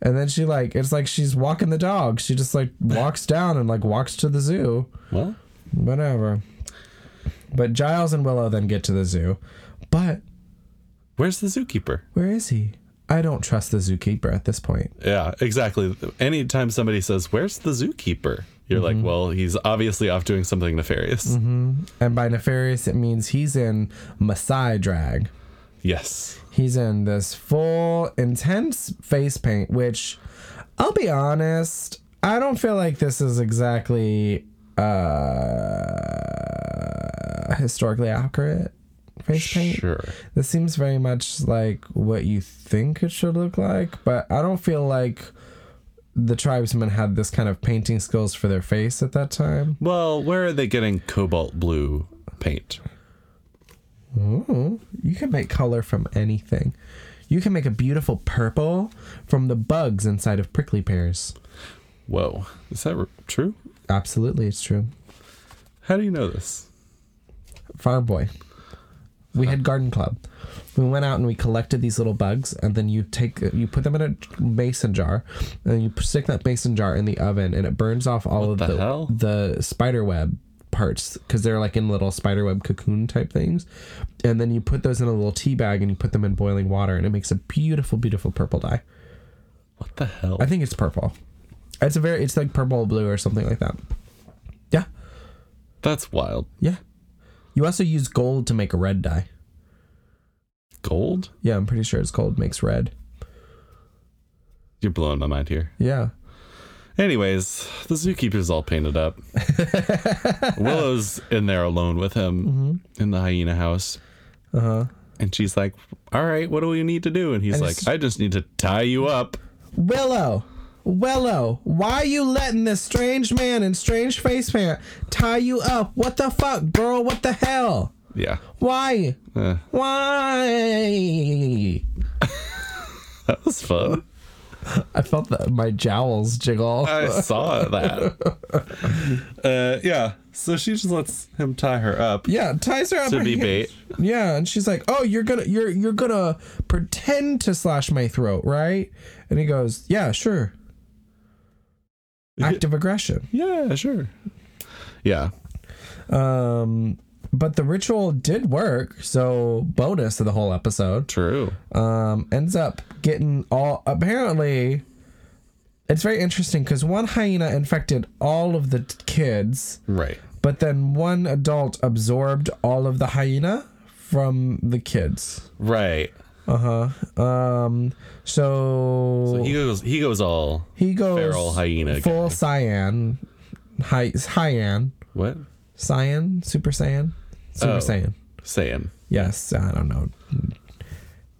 Speaker 3: And then she like it's like she's walking the dog. She just like walks down and like walks to the zoo.
Speaker 4: Well,
Speaker 3: Whatever. But Giles and Willow then get to the zoo. But
Speaker 4: where's the zookeeper?
Speaker 3: where is he? I don't trust the zookeeper at this point.
Speaker 4: Yeah, exactly. Anytime somebody says, Where's the zookeeper? You're
Speaker 3: Mm-hmm.
Speaker 4: like, Well, he's obviously off doing something nefarious.
Speaker 3: And by nefarious, it means he's in Maasai drag.
Speaker 4: Yes.
Speaker 3: He's in this full, intense face paint, which I'll be honest, I don't feel like this is exactly uh, historically accurate face paint.
Speaker 4: Sure.
Speaker 3: This seems very much like what you think it should look like, but I don't feel like the tribesmen had this kind of painting skills for their face at that time.
Speaker 4: Well, where are they getting cobalt blue paint?
Speaker 3: Ooh, you can make color from anything. You can make a beautiful purple from the bugs inside of prickly pears.
Speaker 4: Whoa. Is that r true?
Speaker 3: Absolutely, it's true.
Speaker 4: How do you know this?
Speaker 3: Farm boy. We had garden club. We went out and we collected these little bugs, and then you take uh, you put them in a mason jar, and you stick that mason jar in the oven, and it burns off all of
Speaker 4: the
Speaker 3: the
Speaker 4: hell?
Speaker 3: the spider web parts because they're like in little spider web cocoon type things, and then you put those in a little tea bag and you put them in boiling water, and it makes a beautiful, beautiful purple dye.
Speaker 4: What the hell?
Speaker 3: I think it's purple. It's a very it's like purple blue or something like that. Yeah,
Speaker 4: That's wild.
Speaker 3: yeah. You also use gold to make a red dye.
Speaker 4: Gold?
Speaker 3: Yeah, I'm pretty sure it's gold makes red.
Speaker 4: You're blowing my mind here.
Speaker 3: Yeah.
Speaker 4: Anyways, the zookeeper's all painted up. Willow's in there alone with him in the hyena house. And she's like, All right, what do we need to do? And he's
Speaker 3: And
Speaker 4: like,
Speaker 3: it's-
Speaker 4: I just need to tie you up.
Speaker 3: Willow, Willow, why you letting this strange man in strange face paint tie you up? What the fuck, girl? What the hell?
Speaker 4: Yeah.
Speaker 3: Why?
Speaker 4: Uh,
Speaker 3: Why?
Speaker 4: that was fun.
Speaker 3: I
Speaker 4: Uh,
Speaker 3: felt that my jowls jiggle.
Speaker 4: I saw that. Uh, yeah.
Speaker 8: So she just lets him tie her up
Speaker 3: Yeah, ties her up
Speaker 4: to
Speaker 3: her
Speaker 4: be
Speaker 3: hand-
Speaker 4: bait.
Speaker 3: Yeah, and she's like, "Oh, you're gonna you're you're gonna pretend to slash my throat, right?" And he goes, "Yeah, sure." Active aggression.
Speaker 4: Yeah, sure. Yeah.
Speaker 3: Um, but the ritual did work, so bonus of the whole episode.
Speaker 4: True.
Speaker 3: Um, ends up getting all apparently. It's very interesting because one hyena infected all of the t- kids.
Speaker 4: Right.
Speaker 3: But then one adult absorbed all of the hyena from the kids.
Speaker 4: Right.
Speaker 3: Uh huh. Um. So,
Speaker 4: So he
Speaker 3: he,
Speaker 4: goes. He goes all.
Speaker 3: goes
Speaker 4: feral hyena
Speaker 3: full
Speaker 4: guy.
Speaker 3: cyan, hy cyan,
Speaker 4: What?
Speaker 3: cyan, super cyan, super
Speaker 4: Oh.
Speaker 3: cyan.
Speaker 4: Saying.
Speaker 3: Yes, I don't know.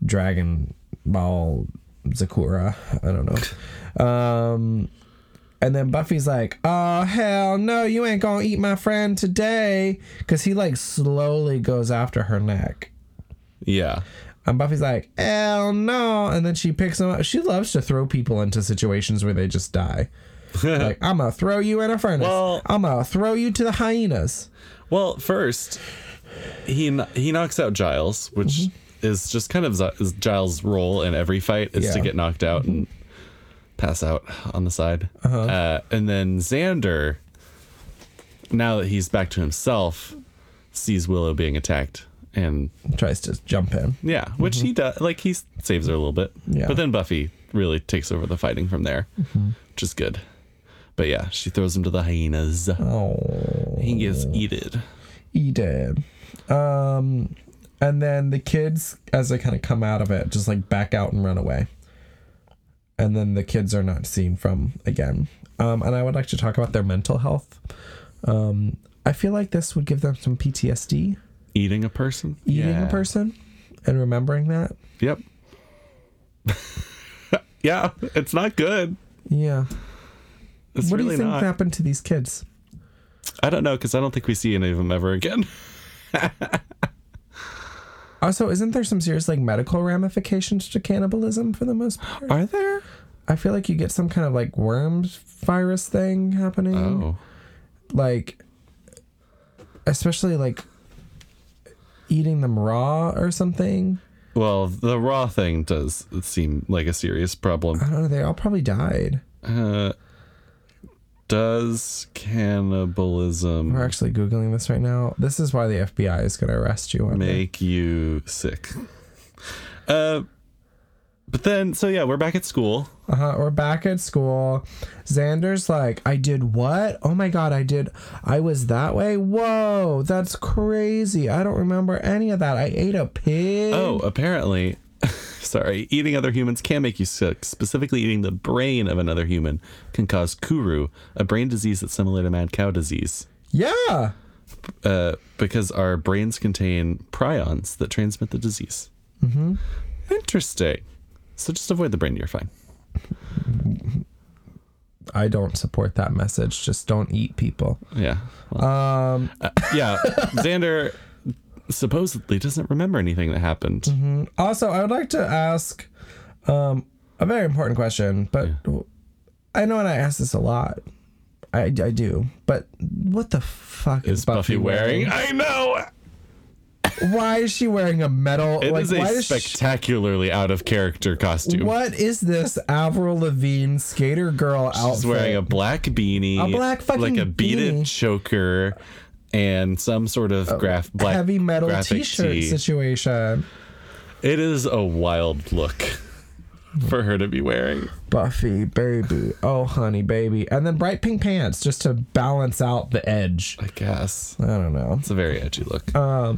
Speaker 3: Dragon Ball Zakura. I don't know. Um, and then Buffy's like, "Oh hell no, you ain't gonna eat my friend today," because he like slowly goes after her neck.
Speaker 4: Yeah.
Speaker 3: And Buffy's like, "Hell no!" And then she picks him up. She loves to throw people into situations where they just die. like, I'm gonna throw you in a furnace.
Speaker 4: Well-
Speaker 3: I'm gonna throw you to the hyenas.
Speaker 4: Well, first, he kn- he knocks out Giles, which is just kind of Zi- is Giles' role in every fight is to
Speaker 3: Mm-hmm. Yeah.
Speaker 4: get knocked out and pass out on the side. Uh-huh. and then Xander, now that he's back to himself, sees Willow being attacked, and
Speaker 3: Tries to jump in.
Speaker 4: yeah, which he does. Like he s- saves her a little bit,
Speaker 3: Mm-hmm. Yeah. Mm-hmm.
Speaker 4: but then Buffy really takes over the fighting from there, which is good. But yeah, she throws him to the hyenas.
Speaker 3: Oh,
Speaker 4: He gets eated.
Speaker 3: he did. Um, and then the kids, as they kind of come out of it, just like back out and run away. And then the kids are not seen from again. Um, and I would like to talk about their mental health. Um, I feel like this would give them some PTSD.
Speaker 4: Eating a person.
Speaker 3: eating
Speaker 4: Yeah.
Speaker 3: a person and remembering that.
Speaker 4: Yep. yeah, it's not good.
Speaker 3: Yeah.
Speaker 4: It's
Speaker 3: what do
Speaker 4: really
Speaker 3: you think
Speaker 4: not.
Speaker 3: happened to these kids?
Speaker 4: I don't know because I don't think we see any of them ever again.
Speaker 3: Also, isn't there some serious like medical ramifications to cannibalism for the most part?
Speaker 4: Are there?
Speaker 3: I feel like you get some kind of like worms virus thing happening.
Speaker 4: Oh,
Speaker 3: Like especially like eating them raw or something.
Speaker 4: well, the raw thing does seem like a serious problem.
Speaker 3: I don't know, they all probably died.
Speaker 4: Uh, does cannibalism
Speaker 3: We're actually googling this right now. This is why the FBI is going to arrest you. on this.
Speaker 4: make you sick? Uh, but then, so yeah, we're back at school.
Speaker 3: Uh-huh. We're back at school. Xander's like, I did what? Oh my god, I did. I was that way. Whoa, that's crazy. I don't remember any of that. I ate a pig.
Speaker 4: Oh, apparently, sorry, eating other humans can make you sick. Specifically, eating the brain of another human can cause kuru, a brain disease that's similar to mad cow disease.
Speaker 3: yeah.
Speaker 4: Uh, because our brains contain prions that transmit the disease. Mm-hmm. Interesting. So just avoid the brain, you're fine.
Speaker 3: I don't support that message. Just don't eat people.
Speaker 4: Yeah. um. yeah. Xander supposedly doesn't remember anything that happened.
Speaker 3: Also, I would like to ask um, a very important question, but I know and I ask this a lot. I, I do. But what the fuck is,
Speaker 4: Is Buffy, wearing? I know.
Speaker 3: Why is she wearing a metal?
Speaker 4: It
Speaker 3: like,
Speaker 4: is
Speaker 3: why
Speaker 4: a
Speaker 3: does she-
Speaker 4: spectacularly out of character costume.
Speaker 3: What is this Avril Lavigne skater girl outfit?
Speaker 4: She's wearing a black beanie,
Speaker 3: A black fucking
Speaker 4: like a beaded
Speaker 3: beanie.
Speaker 4: choker, and some sort of graph black
Speaker 3: heavy metal
Speaker 4: graphic
Speaker 3: t-shirt
Speaker 4: tee.
Speaker 3: situation.
Speaker 4: It is a wild look for her to be wearing.
Speaker 3: Buffy, baby, oh honey, baby, and then bright pink pants just to balance out the edge.
Speaker 4: I guess
Speaker 3: I don't know.
Speaker 4: it's a very edgy look.
Speaker 3: Uh,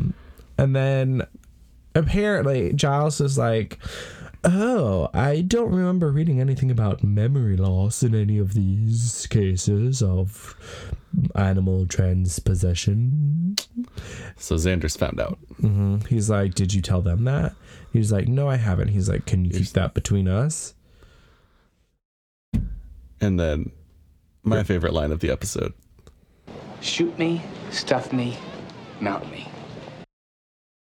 Speaker 3: And then apparently Giles is like, "Oh, I don't remember reading anything about memory loss in any of these cases of animal transpossession."
Speaker 4: so Xander's found out.
Speaker 3: Mm-hmm. He's like, Did you tell them that? He's like, No, I haven't. He's like, Can you keep that between us?
Speaker 4: And then my favorite line of the episode.
Speaker 5: Shoot me, stuff me, mount me.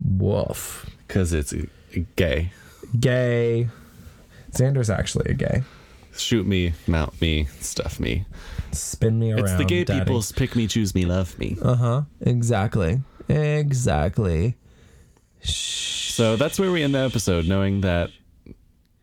Speaker 3: Woof.
Speaker 4: Cause it's uh, gay.
Speaker 3: Gay. Xander's actually a gay.
Speaker 4: shoot me, mount me, stuff me.
Speaker 3: Spin me around.
Speaker 4: It's the gay
Speaker 3: daddy.
Speaker 4: people's pick me, choose me, love me.
Speaker 3: Uh huh. Exactly. Exactly.
Speaker 4: So that's where we end the episode, knowing that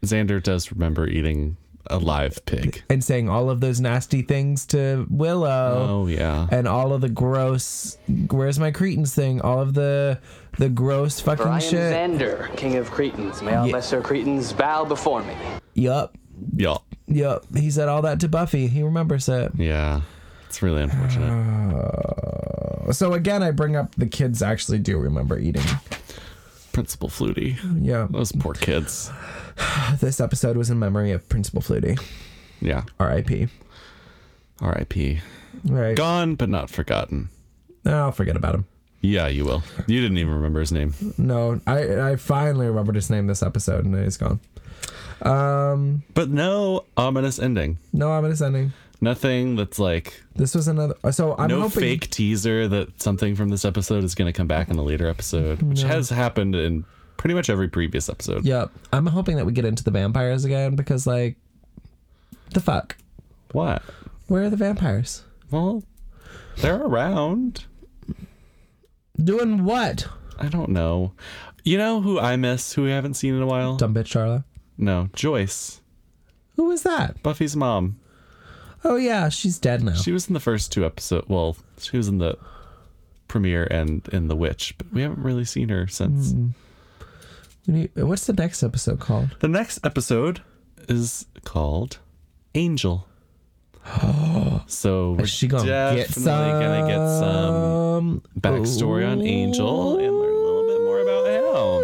Speaker 4: Xander does remember eating a live pig.
Speaker 3: And saying all of those nasty things to Willow.
Speaker 4: Oh yeah.
Speaker 3: And all of the gross, where's my Cretans thing? All of the the gross
Speaker 5: For I
Speaker 3: fucking
Speaker 5: am
Speaker 3: shit.
Speaker 5: Xander, king of Cretans. May all lesser Cretans bow before me.
Speaker 3: Yup,
Speaker 4: Yeah.
Speaker 3: yup. He said all that to Buffy. He remembers it.
Speaker 4: Yeah. It's really unfortunate.
Speaker 3: So again, I bring up the kids actually do remember eating.
Speaker 4: Principal Flutie.
Speaker 3: Yeah,
Speaker 4: Those poor kids.
Speaker 3: this episode was in memory of Principal Flutie,
Speaker 4: Yeah.
Speaker 3: R.I.P.
Speaker 4: R.I.P.
Speaker 3: Right.
Speaker 4: Gone but not forgotten.
Speaker 3: I'll forget about him.
Speaker 4: Yeah, you will. You didn't even remember his name.
Speaker 3: No, I I finally remembered his name this episode, and it's gone.
Speaker 4: But no ominous ending.
Speaker 3: No, I'm ending.
Speaker 4: Nothing that's like
Speaker 3: This was another. So I'm
Speaker 4: no
Speaker 3: hoping.
Speaker 4: fake teaser that something from this episode is going to come back in a later episode, which has happened in pretty much every previous episode.
Speaker 3: Yep. I'm hoping that we get into the vampires again because like, the fuck,
Speaker 4: What?
Speaker 3: where are the vampires?
Speaker 4: Well, they're around.
Speaker 3: Doing what?
Speaker 4: I don't know. You know who I miss, who we haven't seen in a while?
Speaker 3: Dumb bitch Charla.
Speaker 4: No, Joyce,
Speaker 3: Who was that?
Speaker 4: Buffy's mom.
Speaker 3: Oh yeah, she's dead now.
Speaker 4: She was in the first two episodes. Well, she was in the premiere and in The Witch, but we haven't really seen her since.
Speaker 3: Hmm. We need- What's the next episode called?
Speaker 4: The next episode is called Angel. so we're
Speaker 3: she gonna get
Speaker 4: definitely gonna get some
Speaker 3: Um.
Speaker 4: backstory on Angel and learn a little bit more about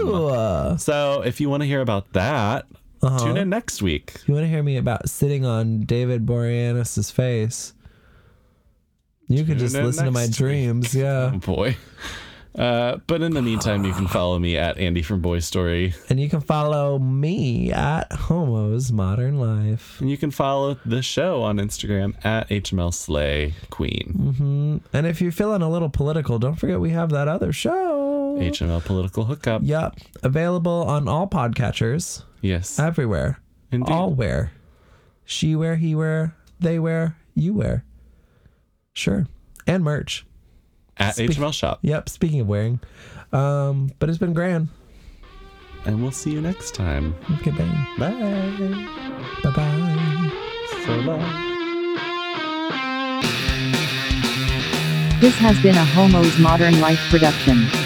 Speaker 4: him.
Speaker 3: uh,
Speaker 4: So if you want to hear about that,
Speaker 3: Uh-huh.
Speaker 4: tune in next week.
Speaker 3: you want to hear me about sitting on David Boreanaz's face? You could just
Speaker 4: in
Speaker 3: listen to my
Speaker 4: next
Speaker 3: dreams. Yeah.
Speaker 4: Oh boy. Uh, but in the meantime, you can follow me at Andy from Boy Story,
Speaker 3: And you can follow me at Homo's Modern Life.
Speaker 4: and you can follow the show on Instagram at HML Slay Queen,
Speaker 3: And if you're feeling a little political, don't forget we have that other show.
Speaker 4: HML Political Hookup.
Speaker 3: Yep. Available on all podcatchers
Speaker 4: Yes,
Speaker 3: everywhere.
Speaker 4: Indeed.
Speaker 3: All wear. She wear, he wear, they wear, you wear. Sure. And merch.
Speaker 4: at HML Shop.
Speaker 3: Yep. Speaking of wearing. Um, but it's been grand.
Speaker 4: and we'll see you next time.
Speaker 3: Okay, bang.
Speaker 4: Bye.
Speaker 3: Bye bye.
Speaker 4: So long.
Speaker 1: This has been a Homo's Modern Life production.